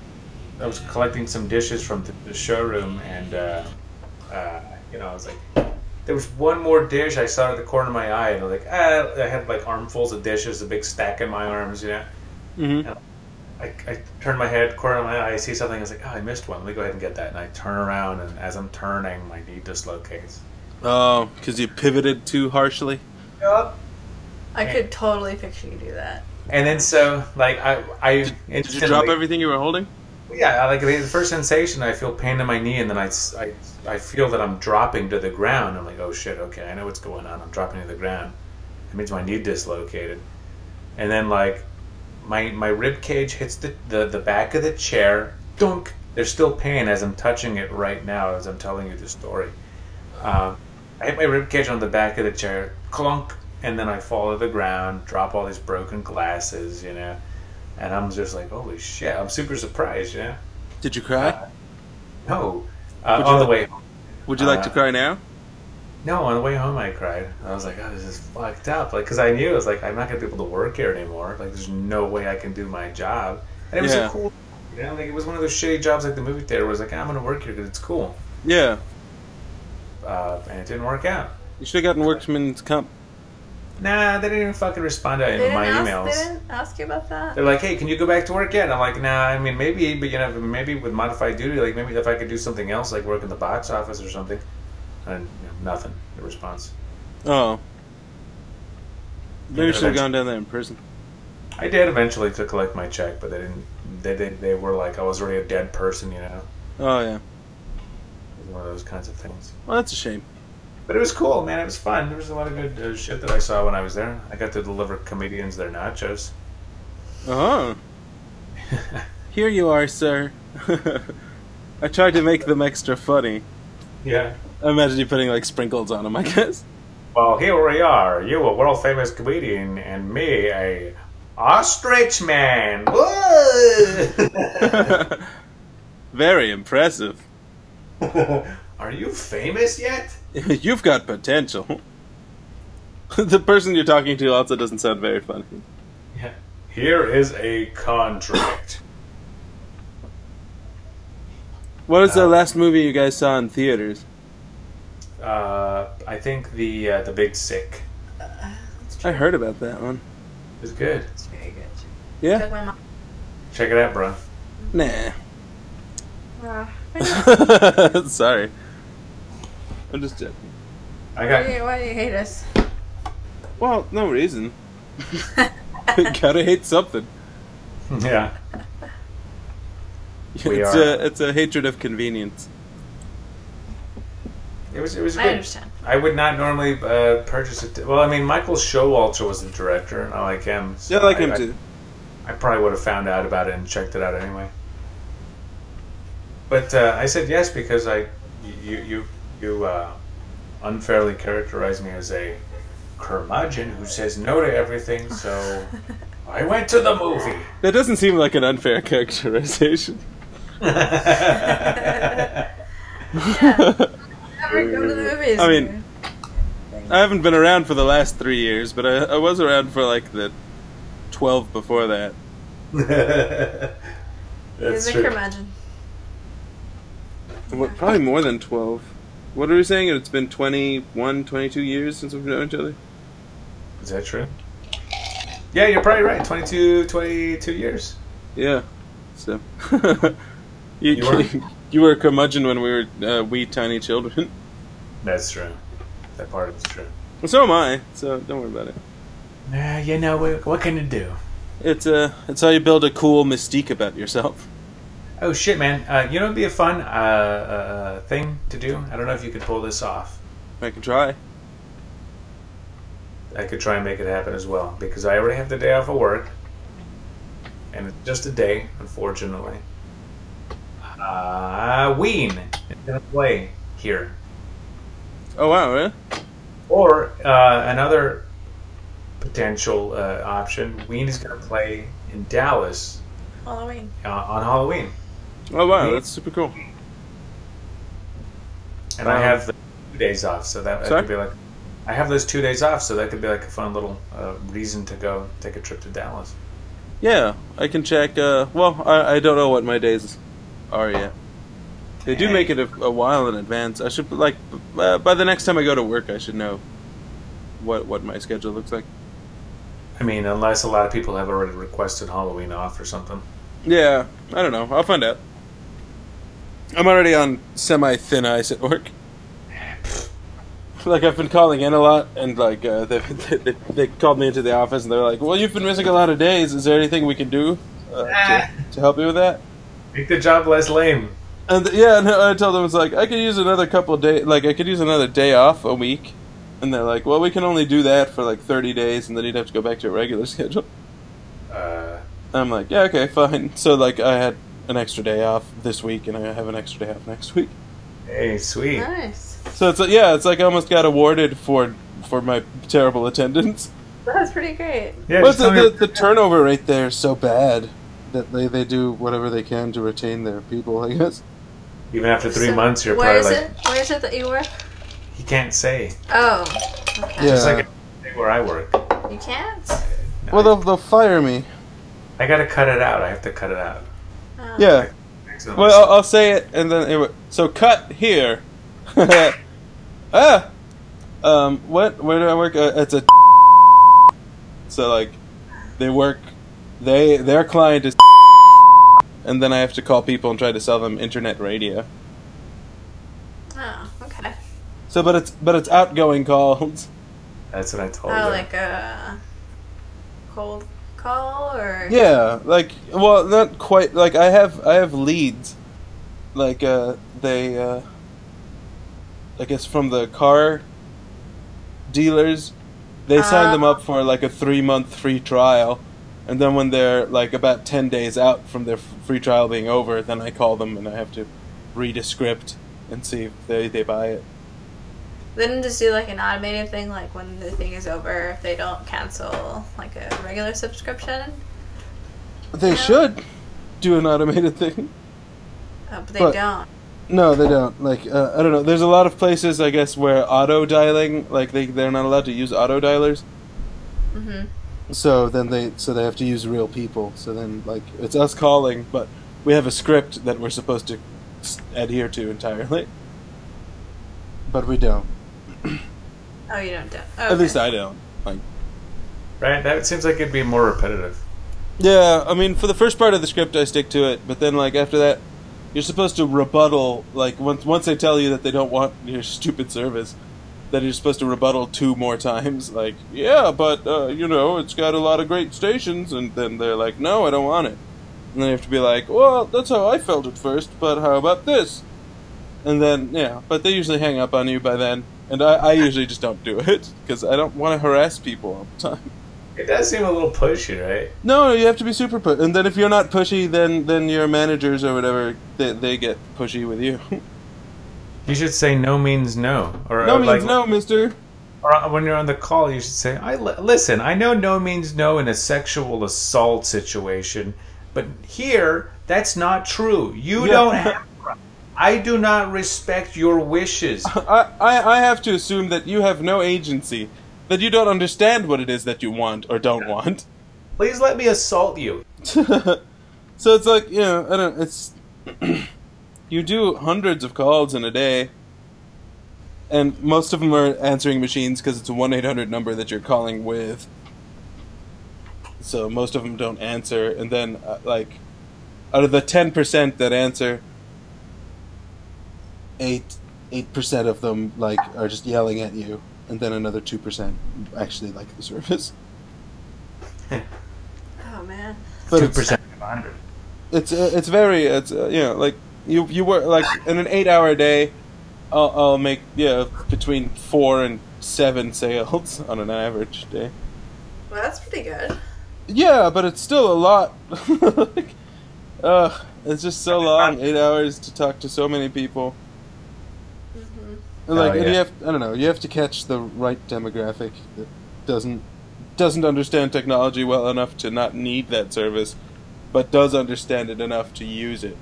Speaker 1: I was collecting some dishes from the, the showroom, and uh, uh, you know, I was like, there was one more dish I saw out of the corner of my eye, and I was like, ah, I had like armfuls of dishes, a big stack in my arms, you know.
Speaker 4: Mm-hmm.
Speaker 1: I, I turned my head, corner of my eye, I see something, I was like, oh, I missed one. Let me go ahead and get that. And I turn around, and as I'm turning, my knee dislocates.
Speaker 4: Oh, because you pivoted too harshly?
Speaker 1: Yup.
Speaker 2: I could totally picture you do that.
Speaker 1: And then so, like, I, I
Speaker 4: Did you drop
Speaker 1: instantly-
Speaker 4: everything you were holding?
Speaker 1: Yeah, I like the first sensation, I feel pain in my knee, and then I, s- I- I feel that I'm dropping to the ground. I'm like, oh shit, okay, I know what's going on. I'm dropping to the ground. That means my knee dislocated. And then, like, my my rib cage hits the, the, the back of the chair. Dunk! There's still pain as I'm touching it right now as I'm telling you the story. Um, I hit my rib cage on the back of the chair, clunk, and then I fall to the ground, drop all these broken glasses, you know. And I'm just like, holy shit, I'm super surprised, yeah.
Speaker 4: Did you cry?
Speaker 1: Uh, No. Uh,
Speaker 4: Would you
Speaker 1: on the
Speaker 4: like-
Speaker 1: way home.
Speaker 4: Would you like to
Speaker 1: uh,
Speaker 4: cry now?
Speaker 1: No, on the way home I cried. I was like, oh, this is fucked up. Like, because I knew, I was like, I'm not going to be able to work here anymore. Like, there's no way I can do my job. And it was
Speaker 4: Yeah.
Speaker 1: a cool, you know, like, it was one of those shitty jobs like the movie theater was like, I'm going to work here because it's cool.
Speaker 4: Yeah.
Speaker 1: Uh, and it didn't work out.
Speaker 4: You should have gotten workman's comp.
Speaker 1: Nah, they didn't even fucking respond to
Speaker 2: They
Speaker 1: any of
Speaker 2: didn't,
Speaker 1: my
Speaker 2: ask,
Speaker 1: emails.
Speaker 2: they didn't ask you about that?
Speaker 1: They're like, hey, can you go back to work yet? And I'm like, nah, I mean, maybe, but you know, maybe with modified duty, like maybe if I could do something else, like work in the box office or something. And you know, nothing, the response.
Speaker 4: Oh. Maybe
Speaker 1: Yeah,
Speaker 4: you should have
Speaker 1: that's-
Speaker 4: gone down there in prison.
Speaker 1: I did eventually to collect my check, but they didn't, they, they, they were like, I was already a dead person, you know?
Speaker 4: Oh, yeah.
Speaker 1: It was One of those kinds of things.
Speaker 4: Well, that's a shame.
Speaker 1: But it was cool, man. It was fun. There was a lot of good uh, shit that I saw when I was there. I got to deliver comedians their nachos.
Speaker 4: Oh. Here you are, sir. [LAUGHS] I tried to make them extra funny.
Speaker 1: Yeah.
Speaker 4: I imagine you putting, like, sprinkles on them, I guess. [LAUGHS]
Speaker 1: Well, here we are. You, a world famous comedian, and me, a ostrich man. Whoa! [LAUGHS]
Speaker 4: Very impressive. [LAUGHS]
Speaker 1: Are you famous yet?
Speaker 4: You've got potential. [LAUGHS] the person you're talking to also doesn't sound very funny.
Speaker 1: Here is a contract.
Speaker 4: What was the
Speaker 1: Um,
Speaker 4: last movie you guys saw in theaters?
Speaker 1: Uh, I think the uh, the Big Sick
Speaker 4: I heard about that one.
Speaker 1: is good.
Speaker 2: It's very good.
Speaker 4: Yeah?
Speaker 2: Took my mom.
Speaker 1: Check it out, bro.
Speaker 4: Nah.
Speaker 2: Uh,
Speaker 4: [LAUGHS] Sorry. I'm just joking.
Speaker 1: I
Speaker 2: why,
Speaker 1: got
Speaker 2: do you, why do you hate
Speaker 4: [LAUGHS]
Speaker 2: us? [LAUGHS]
Speaker 4: Well, no [LAUGHS] reason. Gotta hate something.
Speaker 1: [LAUGHS] yeah. We
Speaker 4: it's
Speaker 1: are-
Speaker 4: a it's a hatred of convenience.
Speaker 1: It was it was
Speaker 2: I
Speaker 1: good.
Speaker 2: understand.
Speaker 1: I, would not normally uh, purchase it. well, I mean, Michael Showalter was the director, and I like him. so
Speaker 4: Yeah, I like him
Speaker 1: I,
Speaker 4: too.
Speaker 1: I probably would have found out about it and checked it out anyway. But uh, I said yes because I, you, you, you uh, unfairly characterized me as a curmudgeon who says no to everything.
Speaker 2: [LAUGHS]
Speaker 1: So I went to the movie.
Speaker 4: That doesn't seem like an unfair [LAUGHS] characterization.
Speaker 2: [LAUGHS]
Speaker 1: [LAUGHS]
Speaker 2: Yeah. Never go to the movies.
Speaker 4: I mean- [LAUGHS] I haven't been around for the last three years, but I, I was around for like the twelve before that.
Speaker 1: That's
Speaker 2: He's a
Speaker 1: true.
Speaker 2: curmudgeon.
Speaker 4: What, probably more than twelve. What are we saying? It's been 21, 22 years since we've known each other.
Speaker 1: Is that true? Yeah, you're probably right. 22, 22 years.
Speaker 4: Yeah. So [LAUGHS] you
Speaker 1: You were.
Speaker 4: [LAUGHS] you were a curmudgeon when we were uh, wee tiny children. [LAUGHS]
Speaker 1: That's true. That part is true.
Speaker 4: Well, so am I. So don't worry about it.
Speaker 1: Nah, you know what, what can you do?
Speaker 4: It's uh, it's how you build a cool mystique about yourself. [LAUGHS]
Speaker 1: Oh shit, man! Uh, you know, it'd be a fun uh, uh, thing to do. I don't know if you could pull this off.
Speaker 4: I can try.
Speaker 1: I could try and make it happen as well because I already have the day off of work, and it's just a day, unfortunately. Uh, Ween is gonna play here,
Speaker 4: Oh wow, really?
Speaker 1: or uh, another potential uh, option. Ween is gonna play in Dallas
Speaker 2: Halloween.
Speaker 1: uh, on Halloween,
Speaker 4: Oh wow, that's super cool.
Speaker 1: and I have the two days off, so that, that
Speaker 4: Um, Sorry?
Speaker 1: could be like. I have those two days off, so that could be like a fun little uh, reason to go take a trip to Dallas.
Speaker 4: Yeah, I can check. Uh, well, I, I don't know what my days are yet. They do make it a, a while in advance. I should like b- uh, by the next time I go to work, I should know what what my schedule looks like.
Speaker 1: I mean, unless a lot of people have already requested Halloween off or something.
Speaker 4: Yeah, I don't know. I'll find out. I'm already on semi thin ice at work. Like I've been calling in a lot, and like uh, they, [LAUGHS] they they called me into the office, and they're like, "Well, you've been missing a lot of days. Is there anything we can do uh, to, to help you with that?"
Speaker 1: Make the job less lame.
Speaker 4: And th- yeah, no, I told them it's like I could use another couple day, like I could use another day off a week, and they're like, "Well, we can only do that for like 30 days, and then you'd have to go back to your regular [LAUGHS] schedule."
Speaker 1: Uh,
Speaker 4: And I'm like, yeah, okay, fine. [LAUGHS] So like, I had an extra day off this week, and I have an extra day off next week.
Speaker 1: hey, sweet.
Speaker 2: Nice.
Speaker 4: So it's like, yeah, it's like I almost got awarded for for my terrible
Speaker 1: [LAUGHS]
Speaker 4: attendance.
Speaker 2: That's pretty great.
Speaker 1: Yeah,
Speaker 4: But
Speaker 1: just
Speaker 4: the,
Speaker 1: tell me-
Speaker 4: the, the turnover rate there is so bad that they, they do whatever they can to retain their people. I guess.
Speaker 1: even after three
Speaker 2: So,
Speaker 1: months, you're
Speaker 2: Where
Speaker 1: probably
Speaker 2: is
Speaker 1: like,
Speaker 2: it? Where is it that you work?
Speaker 1: he can't say.
Speaker 2: Oh,
Speaker 4: Yeah.
Speaker 1: It's like a thing where I work.
Speaker 2: you can't.
Speaker 4: well, they'll they'll fire me.
Speaker 1: I gotta cut it out. I have to cut it out.
Speaker 2: Oh.
Speaker 4: Yeah.
Speaker 1: Accidentally.
Speaker 4: Well, uh, I'll, I'll say it, and then it, w- so cut here. [LAUGHS] ah, um, what? Where do I work? Uh, it's a. [LAUGHS] So like, they work. They their client is, [LAUGHS] and then I have to call people and try to sell them internet radio.
Speaker 2: Oh, okay.
Speaker 4: So, but it's but it's outgoing calls.
Speaker 1: That's what I told
Speaker 2: Oh,
Speaker 1: her.
Speaker 2: like a cold call or
Speaker 4: Yeah, like well, not quite. Like I have I have leads, like uh they, uh, I guess from the car dealers, they sign them up for like a three month free trial, and then when they're like about ten days out from their f- free trial being over, then I call them and I have to read a script and see if they they buy it.
Speaker 2: They didn't just do like an automated thing, like when the thing is over, if they don't cancel like a regular subscription.
Speaker 4: They
Speaker 2: Yeah.
Speaker 4: should do an automated thing.
Speaker 2: Uh, but they
Speaker 4: But-
Speaker 2: don't.
Speaker 4: No, they don't. Like uh, I don't know. There's a lot of places, I guess, where auto dialing, like they they're not allowed to use auto dialers.
Speaker 2: hmm
Speaker 4: So then they so they have to use real people. So then like it's us calling, but we have a script that we're supposed to s- adhere to entirely. But we don't.
Speaker 2: Oh, you don't do.
Speaker 4: At least I don't. Like,
Speaker 1: Right? That seems like it'd be more repetitive.
Speaker 4: yeah, I mean, for the first part of the script, I stick to it. But then, like after that, you're supposed to rebuttal. Like once once they tell you that they don't want [LAUGHS] your stupid service, then you're supposed to rebuttal two more times. [LAUGHS] Like, yeah, but uh, you know, it's got a lot of great stations. And then they're like, no, I don't want it. And then you have to be like, well, that's how I felt at first. But how about this? And then yeah, but they usually hang up on you by then. And I, I usually just don't do it [LAUGHS] because I don't want to harass people all the time.
Speaker 1: It does seem a little pushy, right?
Speaker 4: No, you have to be super pushy. And then if you're not pushy, then then your managers or whatever they, they get pushy with you. [LAUGHS]
Speaker 1: You should say no means no. Or,
Speaker 4: no
Speaker 1: or
Speaker 4: means
Speaker 1: like,
Speaker 4: no, Mister.
Speaker 1: Or uh, when you're on the call, you should say, "I li- listen. I know no means no in a sexual assault situation, but here that's not true. You
Speaker 4: Yeah.
Speaker 1: don't have. I do not respect your
Speaker 4: [LAUGHS]
Speaker 1: wishes.
Speaker 4: I, I I have to assume that you have no agency, that you don't understand what it is that you want or don't want.
Speaker 1: Please let me assault you.
Speaker 4: [LAUGHS] So it's like you know I don't. It's [CLEARS THROAT] you do hundreds of calls in a day, and most of them are answering machines because it's a one eight hundred number that you're calling with. So most of them don't answer, and then uh, like out of the ten percent that answer, eight eight percent of them like are just yelling at you, and then another two percent actually like the service. [LAUGHS]
Speaker 2: Oh man.
Speaker 4: But
Speaker 1: Two
Speaker 4: it's-
Speaker 1: percent of hundred.
Speaker 4: it's uh, it's very it's uh, you know like you you work like in an eight hour day I'll, I'll make yeah between four and seven sales [LAUGHS] on an average day
Speaker 2: Well, that's pretty good.
Speaker 4: yeah but it's still a lot [LAUGHS] like, uh, it's just so long eight hours to talk to so many people
Speaker 2: hmm
Speaker 4: And, like
Speaker 1: Oh,
Speaker 4: and you
Speaker 1: yeah.
Speaker 4: have I don't know you have to catch the right demographic that doesn't doesn't understand technology well enough to not need that service but does understand it enough to use it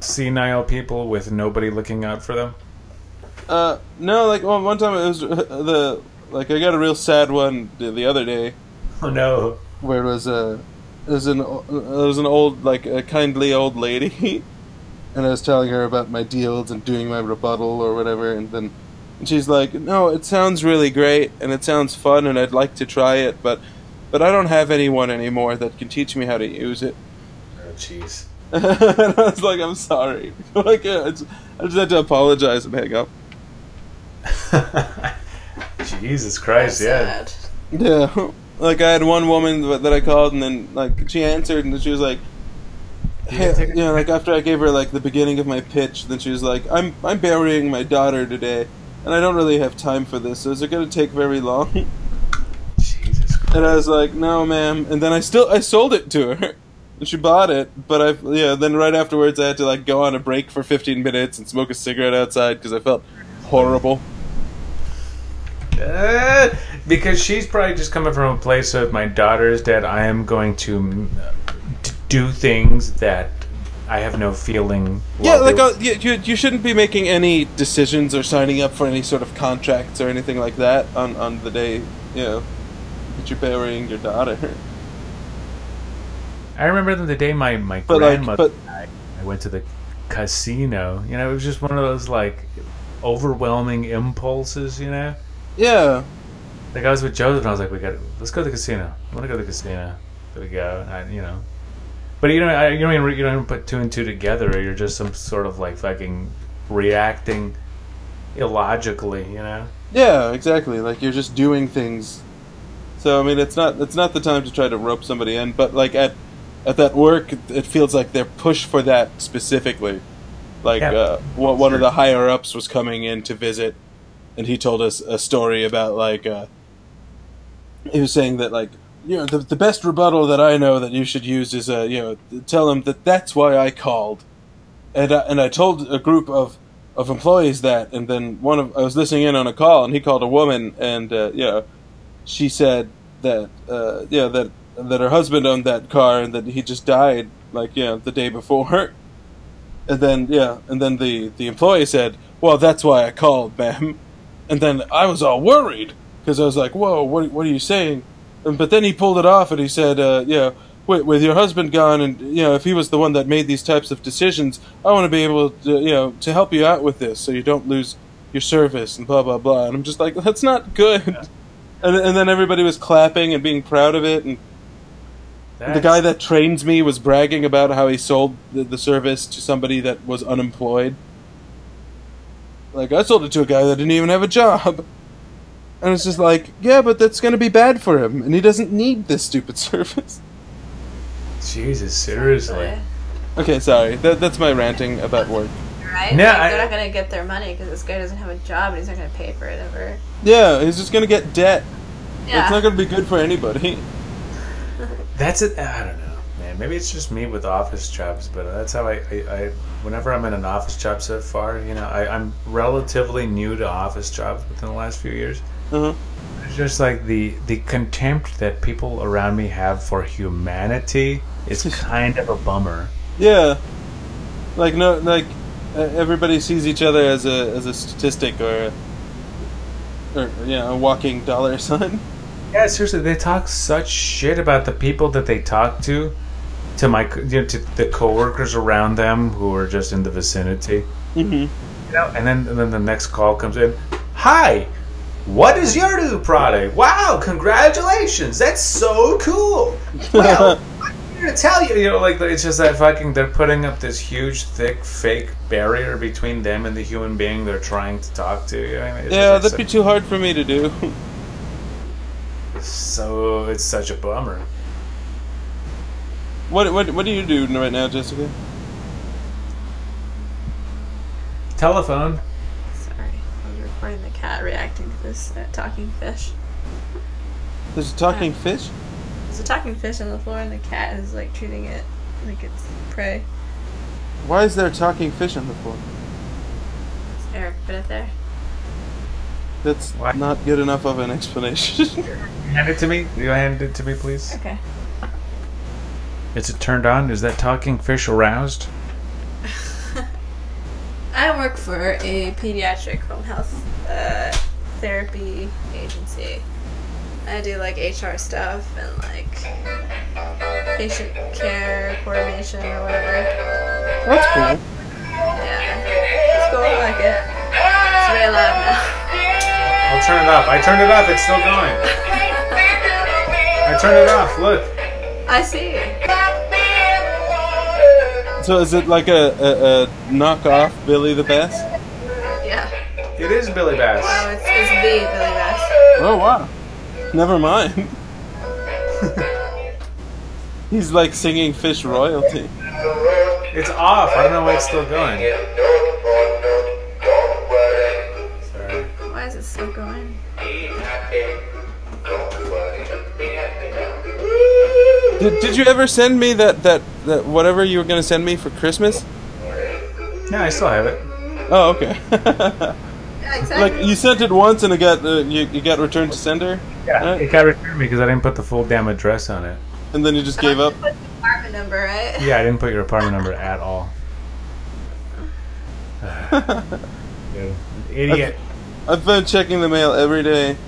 Speaker 1: Senile people with nobody looking out for them. [LAUGHS]
Speaker 4: Uh, no, like one, one time it was [LAUGHS] uh, the like I got a real sad one the, the other day
Speaker 1: Oh no.
Speaker 4: where it was a it was an o- it was an old like a kindly old lady, [LAUGHS] and I was telling her about my deals and doing my rebuttal or whatever, and then and she's like, "No, it sounds really great and it sounds fun and I'd like to try it, but but I don't have anyone anymore that can teach me how to use it." [LAUGHS]
Speaker 1: Oh jeez.
Speaker 4: and I was like, "I'm sorry," [LAUGHS] like yeah, I just, I just had to apologize and hang up.
Speaker 1: [LAUGHS] Jesus Christ. Yeah.
Speaker 2: Sad.
Speaker 4: Yeah. [LAUGHS] Like I had one woman th- that I called, and then like she answered, and she was like, "Hey,
Speaker 1: take
Speaker 4: you know, like after I gave her like the beginning of my pitch, then she was like, "I'm I'm burying my daughter today, and I don't really have time for this. So is it going to take very long?" [LAUGHS]
Speaker 1: Jesus Christ.
Speaker 4: And I was like, "No, ma'am." And then I still I sold it to her, [LAUGHS] and she bought it. But I yeah. Then right afterwards, I had to like go on a break for 15 minutes and smoke a cigarette outside because I felt horrible.
Speaker 1: Uh, because she's probably just coming from a place of my daughter's dead. I am going to, mm, to do things that I have no feeling.
Speaker 4: Yeah,
Speaker 1: while
Speaker 4: like
Speaker 1: doing.
Speaker 4: uh, you, you, you shouldn't be making any decisions or signing up for any sort of contracts or anything like that on, on the day, you know, that you're burying your daughter. [LAUGHS]
Speaker 1: I remember the day my my
Speaker 4: But, like,
Speaker 1: grandmother
Speaker 4: but-
Speaker 1: died. I went to the casino. You know, it was just one of those like overwhelming impulses. You know,
Speaker 4: Yeah,
Speaker 1: like I was with Joseph and I was like, we got let's go to the casino. I want to go to the casino. So we go. and I, you know. But you know, I, you don't even re- you don't even put two and two together. Or you're just some sort of like fucking reacting illogically, you know.
Speaker 4: yeah, exactly. Like you're just doing things. So I mean, it's not it's not the time to try to rope somebody in, but like at at that work, it- it feels like they're pushed for that specifically. Like
Speaker 1: Yeah.
Speaker 4: uh, one one of the higher ups was coming in to visit, and he told us a story about like. Uh, he was saying that like you know the, the best rebuttal that I know that you should use is uh, you know th- tell him that that's why I called, and I, and I told a group of of employees that, and then one of I was listening in on a call, and he called a woman, and uh, you know she said that uh, you know that that her husband owned that car and that he just died like you know the day before, [LAUGHS] and then yeah, and then the the employee said, well that's why I called, ma'am. And then I was all worried because I was like, "Whoa, what, what are you saying?" And, but then he pulled it off and he said, uh, "Yeah, with, with your husband gone, and you know, if he was the one that made these types of decisions, I want to be able to, you know, to help you out with this, so you don't lose your service and blah blah blah. And I'm just like, that's not good. And, and then everybody was clapping and being proud of it, and the guy that trains me was bragging about how he sold the, the service to somebody that was unemployed. Like I sold it to a guy that didn't even have a job. And it's just like, yeah, but that's going to be bad for him, and he doesn't need this stupid [LAUGHS] service.
Speaker 1: Jesus, seriously.
Speaker 2: Right?
Speaker 4: Okay, sorry. That, that's my ranting about work.
Speaker 2: Like,
Speaker 1: No, I-
Speaker 2: they're not gonna get their money because this guy doesn't have a job and he's not gonna pay for it ever.
Speaker 4: Yeah, he's just gonna get debt.
Speaker 2: Yeah.
Speaker 4: It's not gonna be good for anybody.
Speaker 1: That's it. I don't know, man. Maybe it's just me with office jobs, but that's how I, I, I whenever I'm in an office job so far, you know, I, I'm relatively new to office jobs within the last few years.
Speaker 4: Mhm.
Speaker 1: It's just like the the contempt that people around me have for humanity is kind of a bummer.
Speaker 4: Yeah, like no, like uh, everybody sees each other as a as a statistic or, a, or you know, a walking dollar [LAUGHS] sign.
Speaker 1: Yeah, seriously, they talk such shit about the people that they talk to, to my, co- you know, to the coworkers around them who are just in the vicinity.
Speaker 4: Mhm.
Speaker 1: You know, and then and then the next call comes in. Hi, what is your new product? Wow, congratulations! That's so cool. Well, I'm here to tell you, you know, like it's just that fucking they're putting up this huge, thick, fake barrier between them and the human being they're trying to talk to. You know, what I mean? It's
Speaker 4: Yeah,
Speaker 1: just,
Speaker 4: that'd be
Speaker 1: like,
Speaker 4: too hard for me to do. [LAUGHS]
Speaker 1: so it's such a bummer.
Speaker 4: what what what do you do right now, Jessica?
Speaker 1: Telephone.
Speaker 2: Sorry, I was recording the cat reacting to this uh, talking fish.
Speaker 4: There's a talking fish.
Speaker 2: There's a talking fish on the floor, and the cat is like treating it like it's prey.
Speaker 4: Why is there a talking fish on the floor?
Speaker 2: It's Eric, put it there.
Speaker 4: That's
Speaker 1: Why?
Speaker 4: not good enough of an [LAUGHS] explanation.
Speaker 1: Hand it to me. You hand it to me, please.
Speaker 2: Okay.
Speaker 1: Is it turned on? Is that talking fish aroused?
Speaker 2: [LAUGHS] I work for a pediatric home health uh, therapy agency. I do like HR stuff and like patient care coordination or whatever.
Speaker 4: That's cool.
Speaker 2: Yeah, it's cool. I like it. It's very loud now.
Speaker 1: I'll turn it off. I turned it off. It's still going. I turned it off. Look.
Speaker 2: I see.
Speaker 4: So is it like a, a, a knockoff Billy the Bass?
Speaker 2: Yeah.
Speaker 1: It is Billy Bass.
Speaker 2: Oh, it's, it's the Billy Bass.
Speaker 4: Oh wow. Never mind. [LAUGHS] He's like singing fish royalty.
Speaker 1: It's off. I don't know why it's still going. Sorry.
Speaker 2: Why is it still going?
Speaker 4: Did, did you ever send me that, that that whatever you were gonna send me for Christmas?
Speaker 1: Yeah, I still have it.
Speaker 4: Oh okay. [LAUGHS]
Speaker 2: Yeah,
Speaker 4: like
Speaker 2: exactly.
Speaker 4: you sent it once and it got uh, you, you got returned to sender,
Speaker 1: Yeah, it got returned because I didn't put the full damn address on it.
Speaker 4: and then you just gave up. [LAUGHS]
Speaker 2: Put the apartment number, right?
Speaker 1: Yeah, I didn't put your apartment number at all. Yeah, Idiot.
Speaker 4: I've been checking the mail every day.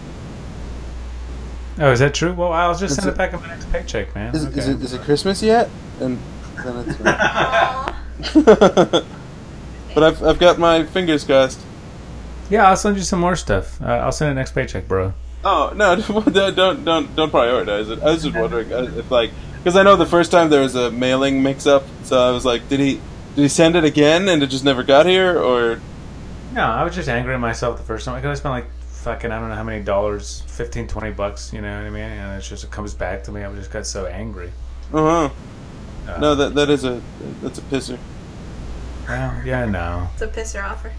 Speaker 1: Oh, is that true? Well, I'll just
Speaker 4: It's
Speaker 1: send it
Speaker 4: a-
Speaker 1: back on my next paycheck, man.
Speaker 4: Is,
Speaker 1: okay.
Speaker 4: is it is it Christmas yet? And then it's.
Speaker 2: Aw.
Speaker 4: [LAUGHS] but I've I've got my fingers crossed.
Speaker 1: Yeah, I'll send you some more stuff. Uh, I'll send it next paycheck, bro.
Speaker 4: Oh no! [LAUGHS] Don't don't don't don't prioritize it. I was just wondering uh, if like because I know the first time there was a mailing mix-up, so I was like, did he did he send it again and it just never got here, or
Speaker 1: No, I was just angry at myself the first time because I spent like fucking I don't know how many dollars, 15, 20 bucks. You know what I mean? And it's just it comes back to me. I just got so angry.
Speaker 4: uh huh?
Speaker 1: Uh,
Speaker 4: No, that that is a that's a pisser. [LAUGHS]
Speaker 1: Well, yeah, no.
Speaker 2: [LAUGHS] It's a pisser offer.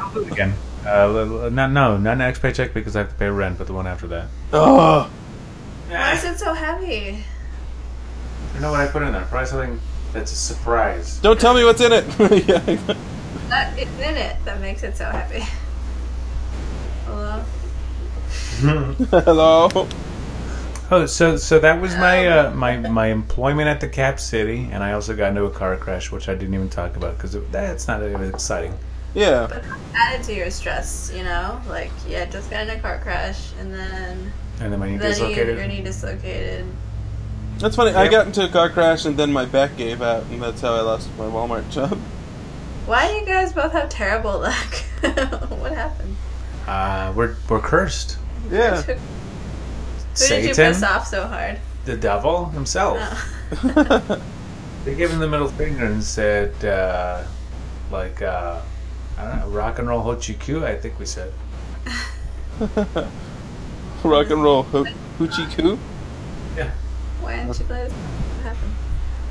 Speaker 1: I'll do it again. Uh, l- l- not no, not next paycheck because I have to pay rent, but the one after that.
Speaker 4: oh,
Speaker 2: Why is it so heavy?
Speaker 1: I know what I put in there. Probably something that's a surprise.
Speaker 4: don't tell me what's in it. [LAUGHS] yeah.
Speaker 2: That is in it that makes it so [LAUGHS] heavy. Hello?
Speaker 4: Hello.
Speaker 1: Oh, so so that was my uh, my my employment at the Cap City, and I also got into a car crash, which I didn't even talk about because that's not even exciting.
Speaker 4: Yeah.
Speaker 2: Added to your stress, you know? Like, yeah, just got in a car crash, and then,
Speaker 1: And then my knee
Speaker 2: then you,
Speaker 1: dislocated.
Speaker 2: your knee dislocated.
Speaker 4: That's funny. I
Speaker 1: Yep.
Speaker 4: got into a car crash and then my back gave out, and that's how I lost my Walmart job.
Speaker 2: Why do you guys both have terrible luck? [LAUGHS] what happened?
Speaker 1: Uh, we're we're cursed.
Speaker 4: Yeah.
Speaker 2: Who, who did you
Speaker 1: Satan,
Speaker 2: piss off so hard?
Speaker 1: the devil himself.
Speaker 2: Oh. [LAUGHS]
Speaker 1: They gave him the middle finger and said, uh, like, uh, I don't know, rock and roll Hochiku. I think we said.
Speaker 4: [LAUGHS] Rock and roll. Ho- Hoochie Coo?
Speaker 1: Yeah.
Speaker 2: Why didn't you play this? What happened?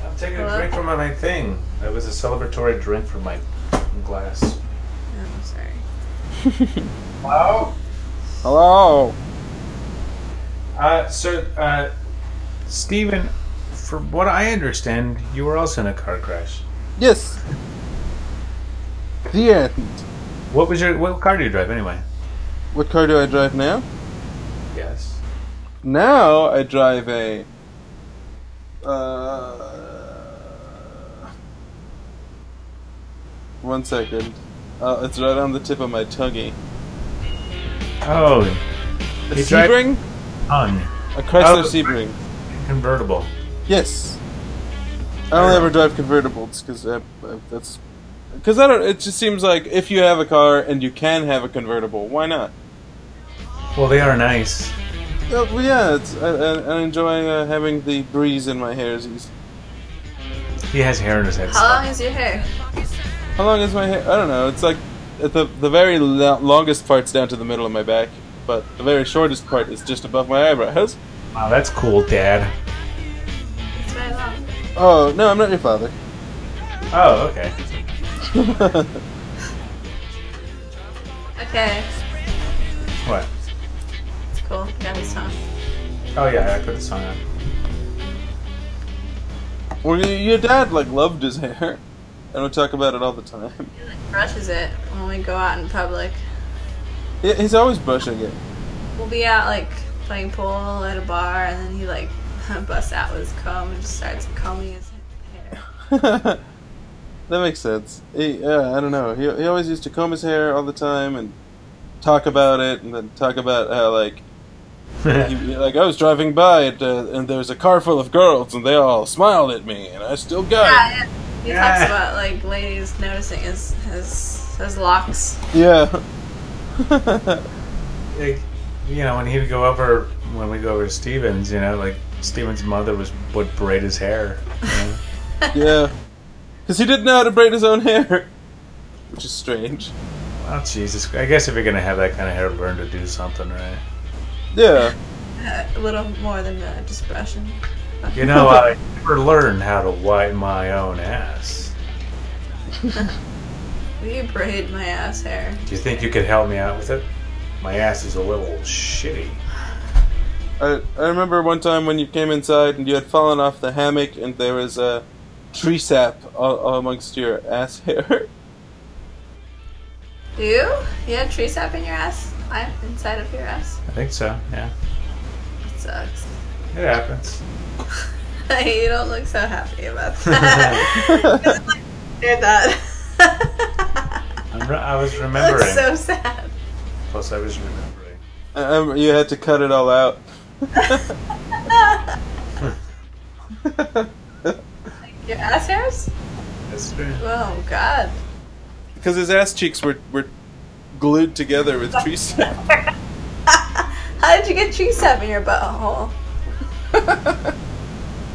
Speaker 1: I'm taking a
Speaker 2: Hello?
Speaker 1: drink from my thing. That was a celebratory drink from my glass.
Speaker 2: Oh, I'm sorry.
Speaker 1: Wow.
Speaker 4: Hello.
Speaker 1: Uh, so, uh, Stephen, from what I understand, you were also in a car crash.
Speaker 4: Yes. The end.
Speaker 1: What was your what car do you drive anyway?
Speaker 4: What car do I drive now?
Speaker 1: Yes.
Speaker 4: Now I drive a. Uh, one second. Uh, it's right on the tip of my tonguey.
Speaker 1: Oh,
Speaker 4: A
Speaker 1: You drive-
Speaker 4: Sebring?
Speaker 1: hung
Speaker 4: A Chrysler
Speaker 1: Oh.
Speaker 4: Sebring.
Speaker 1: convertible.
Speaker 4: Yes. I don't ever drive convertibles because that's because I don't. It just seems like if you have a car and you can have a convertible, why not?
Speaker 1: Well, they are nice.
Speaker 4: Uh, well, yeah, it's, I, I, I enjoy uh, having the breeze in my hair. Is
Speaker 1: He has hair in his head.
Speaker 2: How long
Speaker 1: Stop.
Speaker 2: is your hair?
Speaker 4: How long is my hair? I don't know. It's like at the the very lo- longest part's down to the middle of my back, but the very shortest part is just above my eyebrows.
Speaker 1: Wow, that's cool, Dad.
Speaker 2: It's very long.
Speaker 4: Oh no, I'm not your father. [LAUGHS]
Speaker 1: Oh, okay.
Speaker 2: Okay,
Speaker 1: What?
Speaker 2: it's cool. Got this song.
Speaker 1: Oh yeah, I put this on.
Speaker 4: Well, y- your dad like loved his hair, and we talk about it all the time.
Speaker 2: He like brushes it when we go out in public.
Speaker 4: He- He's always brushing it. [LAUGHS]
Speaker 2: We'll be out like playing pool at a bar, and then he like [LAUGHS] busts out with his comb and just starts combing his hair.
Speaker 4: that makes sense. He, yeah, I don't know. He, he always used to comb his hair all the time and talk about it, and then talk about how like he,
Speaker 1: it.
Speaker 4: like I was driving by and, uh, and there was a car full of girls, and they all smiled at me, and I still got
Speaker 2: Yeah, yeah. He
Speaker 1: Yeah.
Speaker 2: talks about like ladies noticing his his his locks.
Speaker 4: it. Yeah.
Speaker 1: like, you know, when he would go over, when we go over to Stevens, you know, like Stevens' mother was would braid his hair. you know?
Speaker 4: [LAUGHS] yeah. Because he didn't know how to braid his own hair, which is strange.
Speaker 1: Oh Jesus! I guess if you're gonna have that kind of hair, learn to do something, right?
Speaker 4: Yeah.
Speaker 2: uh, A little more than uh, just brushing.
Speaker 1: You know, I never learned how to wipe my own ass.
Speaker 2: Will you braid my ass hair?
Speaker 1: Do you think you could help me out with it? My ass is a little shitty.
Speaker 4: I, I remember one time when you came inside and you had fallen off the hammock and there was a tree sap all, all amongst your ass hair. [LAUGHS]
Speaker 2: Do you? You had tree sap in your ass? I inside of your ass?
Speaker 1: I think so. Yeah,
Speaker 2: That sucks. [LAUGHS]
Speaker 1: it happens.
Speaker 2: you don't look so
Speaker 1: [LAUGHS]
Speaker 2: happy about that. [LAUGHS] I'm like, scared [LAUGHS] that.
Speaker 1: I'm re- I was
Speaker 2: That
Speaker 1: remembering.
Speaker 2: looks so sad.
Speaker 1: Plus, I was remembering.
Speaker 4: Um, you had to cut it all out. [LAUGHS]
Speaker 2: [LAUGHS] Your ass hairs?
Speaker 1: That's true.
Speaker 2: Oh god. [LAUGHS]
Speaker 4: Because his ass cheeks were, were glued together with tree sap.
Speaker 2: How did you get tree sap in your butthole?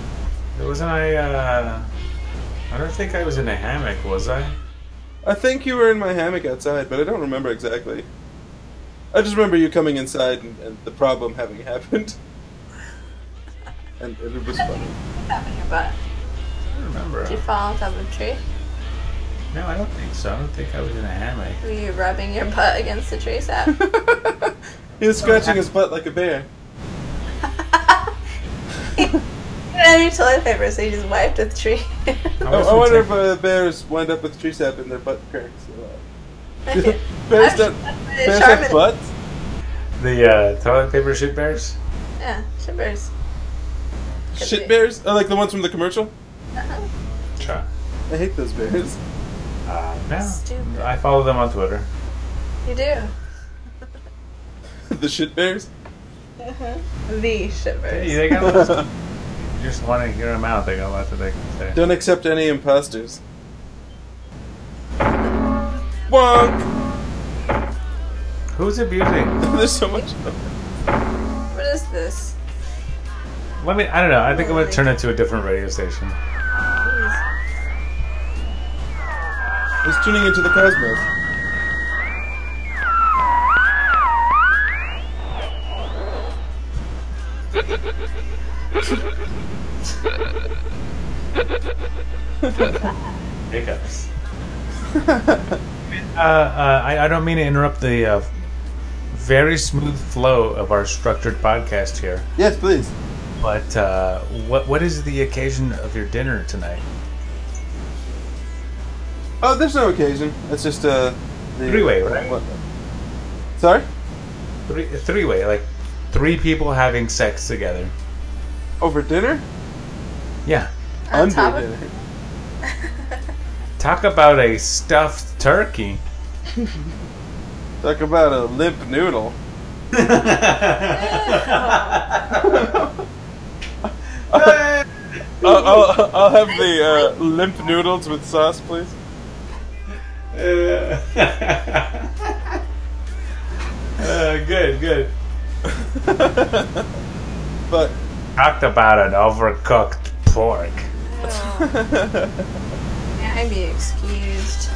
Speaker 4: [LAUGHS]
Speaker 1: Wasn't I? Uh, I don't think I was in a hammock, was I?
Speaker 4: I think you were in my hammock outside, but I don't remember exactly. I just remember you coming inside and, and the problem having [LAUGHS] happened. And, and it was funny. [LAUGHS]
Speaker 2: Sap in your butt.
Speaker 1: I don't remember.
Speaker 2: Did you fall on top of a tree?
Speaker 1: No, I don't think so. I don't think I was in a hammock.
Speaker 2: Were you rubbing your butt against the tree [LAUGHS] sap?
Speaker 4: He was scratching his butt like a bear.
Speaker 2: You didn't have any toilet paper, so you just wiped with [LAUGHS] tree.
Speaker 1: I,
Speaker 4: I,
Speaker 1: was
Speaker 4: I wonder if
Speaker 1: protect-
Speaker 4: uh, bears wind up with tree sap in their butt cracks. a lot.
Speaker 2: Okay.
Speaker 4: [LAUGHS]
Speaker 2: I'm [LAUGHS]
Speaker 4: Bears don't.
Speaker 2: shocked that
Speaker 4: Bears
Speaker 2: Charmin-
Speaker 4: have butts.
Speaker 1: the uh, toilet paper shit bears.
Speaker 2: Yeah, shit bears. Could
Speaker 4: Shit
Speaker 2: be.
Speaker 4: bears, oh, like the ones from the commercial.
Speaker 1: Sure.
Speaker 4: I hate those bears. [LAUGHS]
Speaker 1: Uh, no,
Speaker 2: Stupid.
Speaker 1: I follow them on Twitter.
Speaker 2: You do.
Speaker 4: the shit bears. [LAUGHS]
Speaker 2: The
Speaker 1: Hey,
Speaker 2: shit Uh-huh. bears.
Speaker 4: [LAUGHS]
Speaker 1: they got a little, just want to hear them out. They got lots of they can say.
Speaker 4: Don't accept any imposters. Wonk!
Speaker 1: Who's abusing?
Speaker 4: [LAUGHS] There's so much.
Speaker 2: What is this?
Speaker 1: Let me. I don't know. I think I'm gonna turn it to a different radio station.
Speaker 2: Jeez.
Speaker 4: He's tuning into the cosmos.
Speaker 1: Hiccups. [LAUGHS] uh, uh, I, I don't mean to interrupt the uh, very smooth flow of our structured podcast here,
Speaker 4: Yes, please.
Speaker 1: but uh, what what is the occasion of your dinner tonight?
Speaker 4: Oh, there's no occasion. It's just uh, the
Speaker 1: Three-way, right?
Speaker 4: What? Sorry?
Speaker 1: Three three way, like three people having sex together.
Speaker 4: Over dinner?
Speaker 1: Yeah,
Speaker 2: On
Speaker 4: Under
Speaker 2: top of-
Speaker 4: dinner.
Speaker 1: talk about a stuffed [LAUGHS] turkey.
Speaker 4: Talk about a limp [LAUGHS] noodle. I'll, I'll, I'll have the uh, limp noodles with sauce, please.
Speaker 1: uh, good, good.
Speaker 4: But
Speaker 1: Talked about an overcooked pork.
Speaker 2: Oh. May I be excused?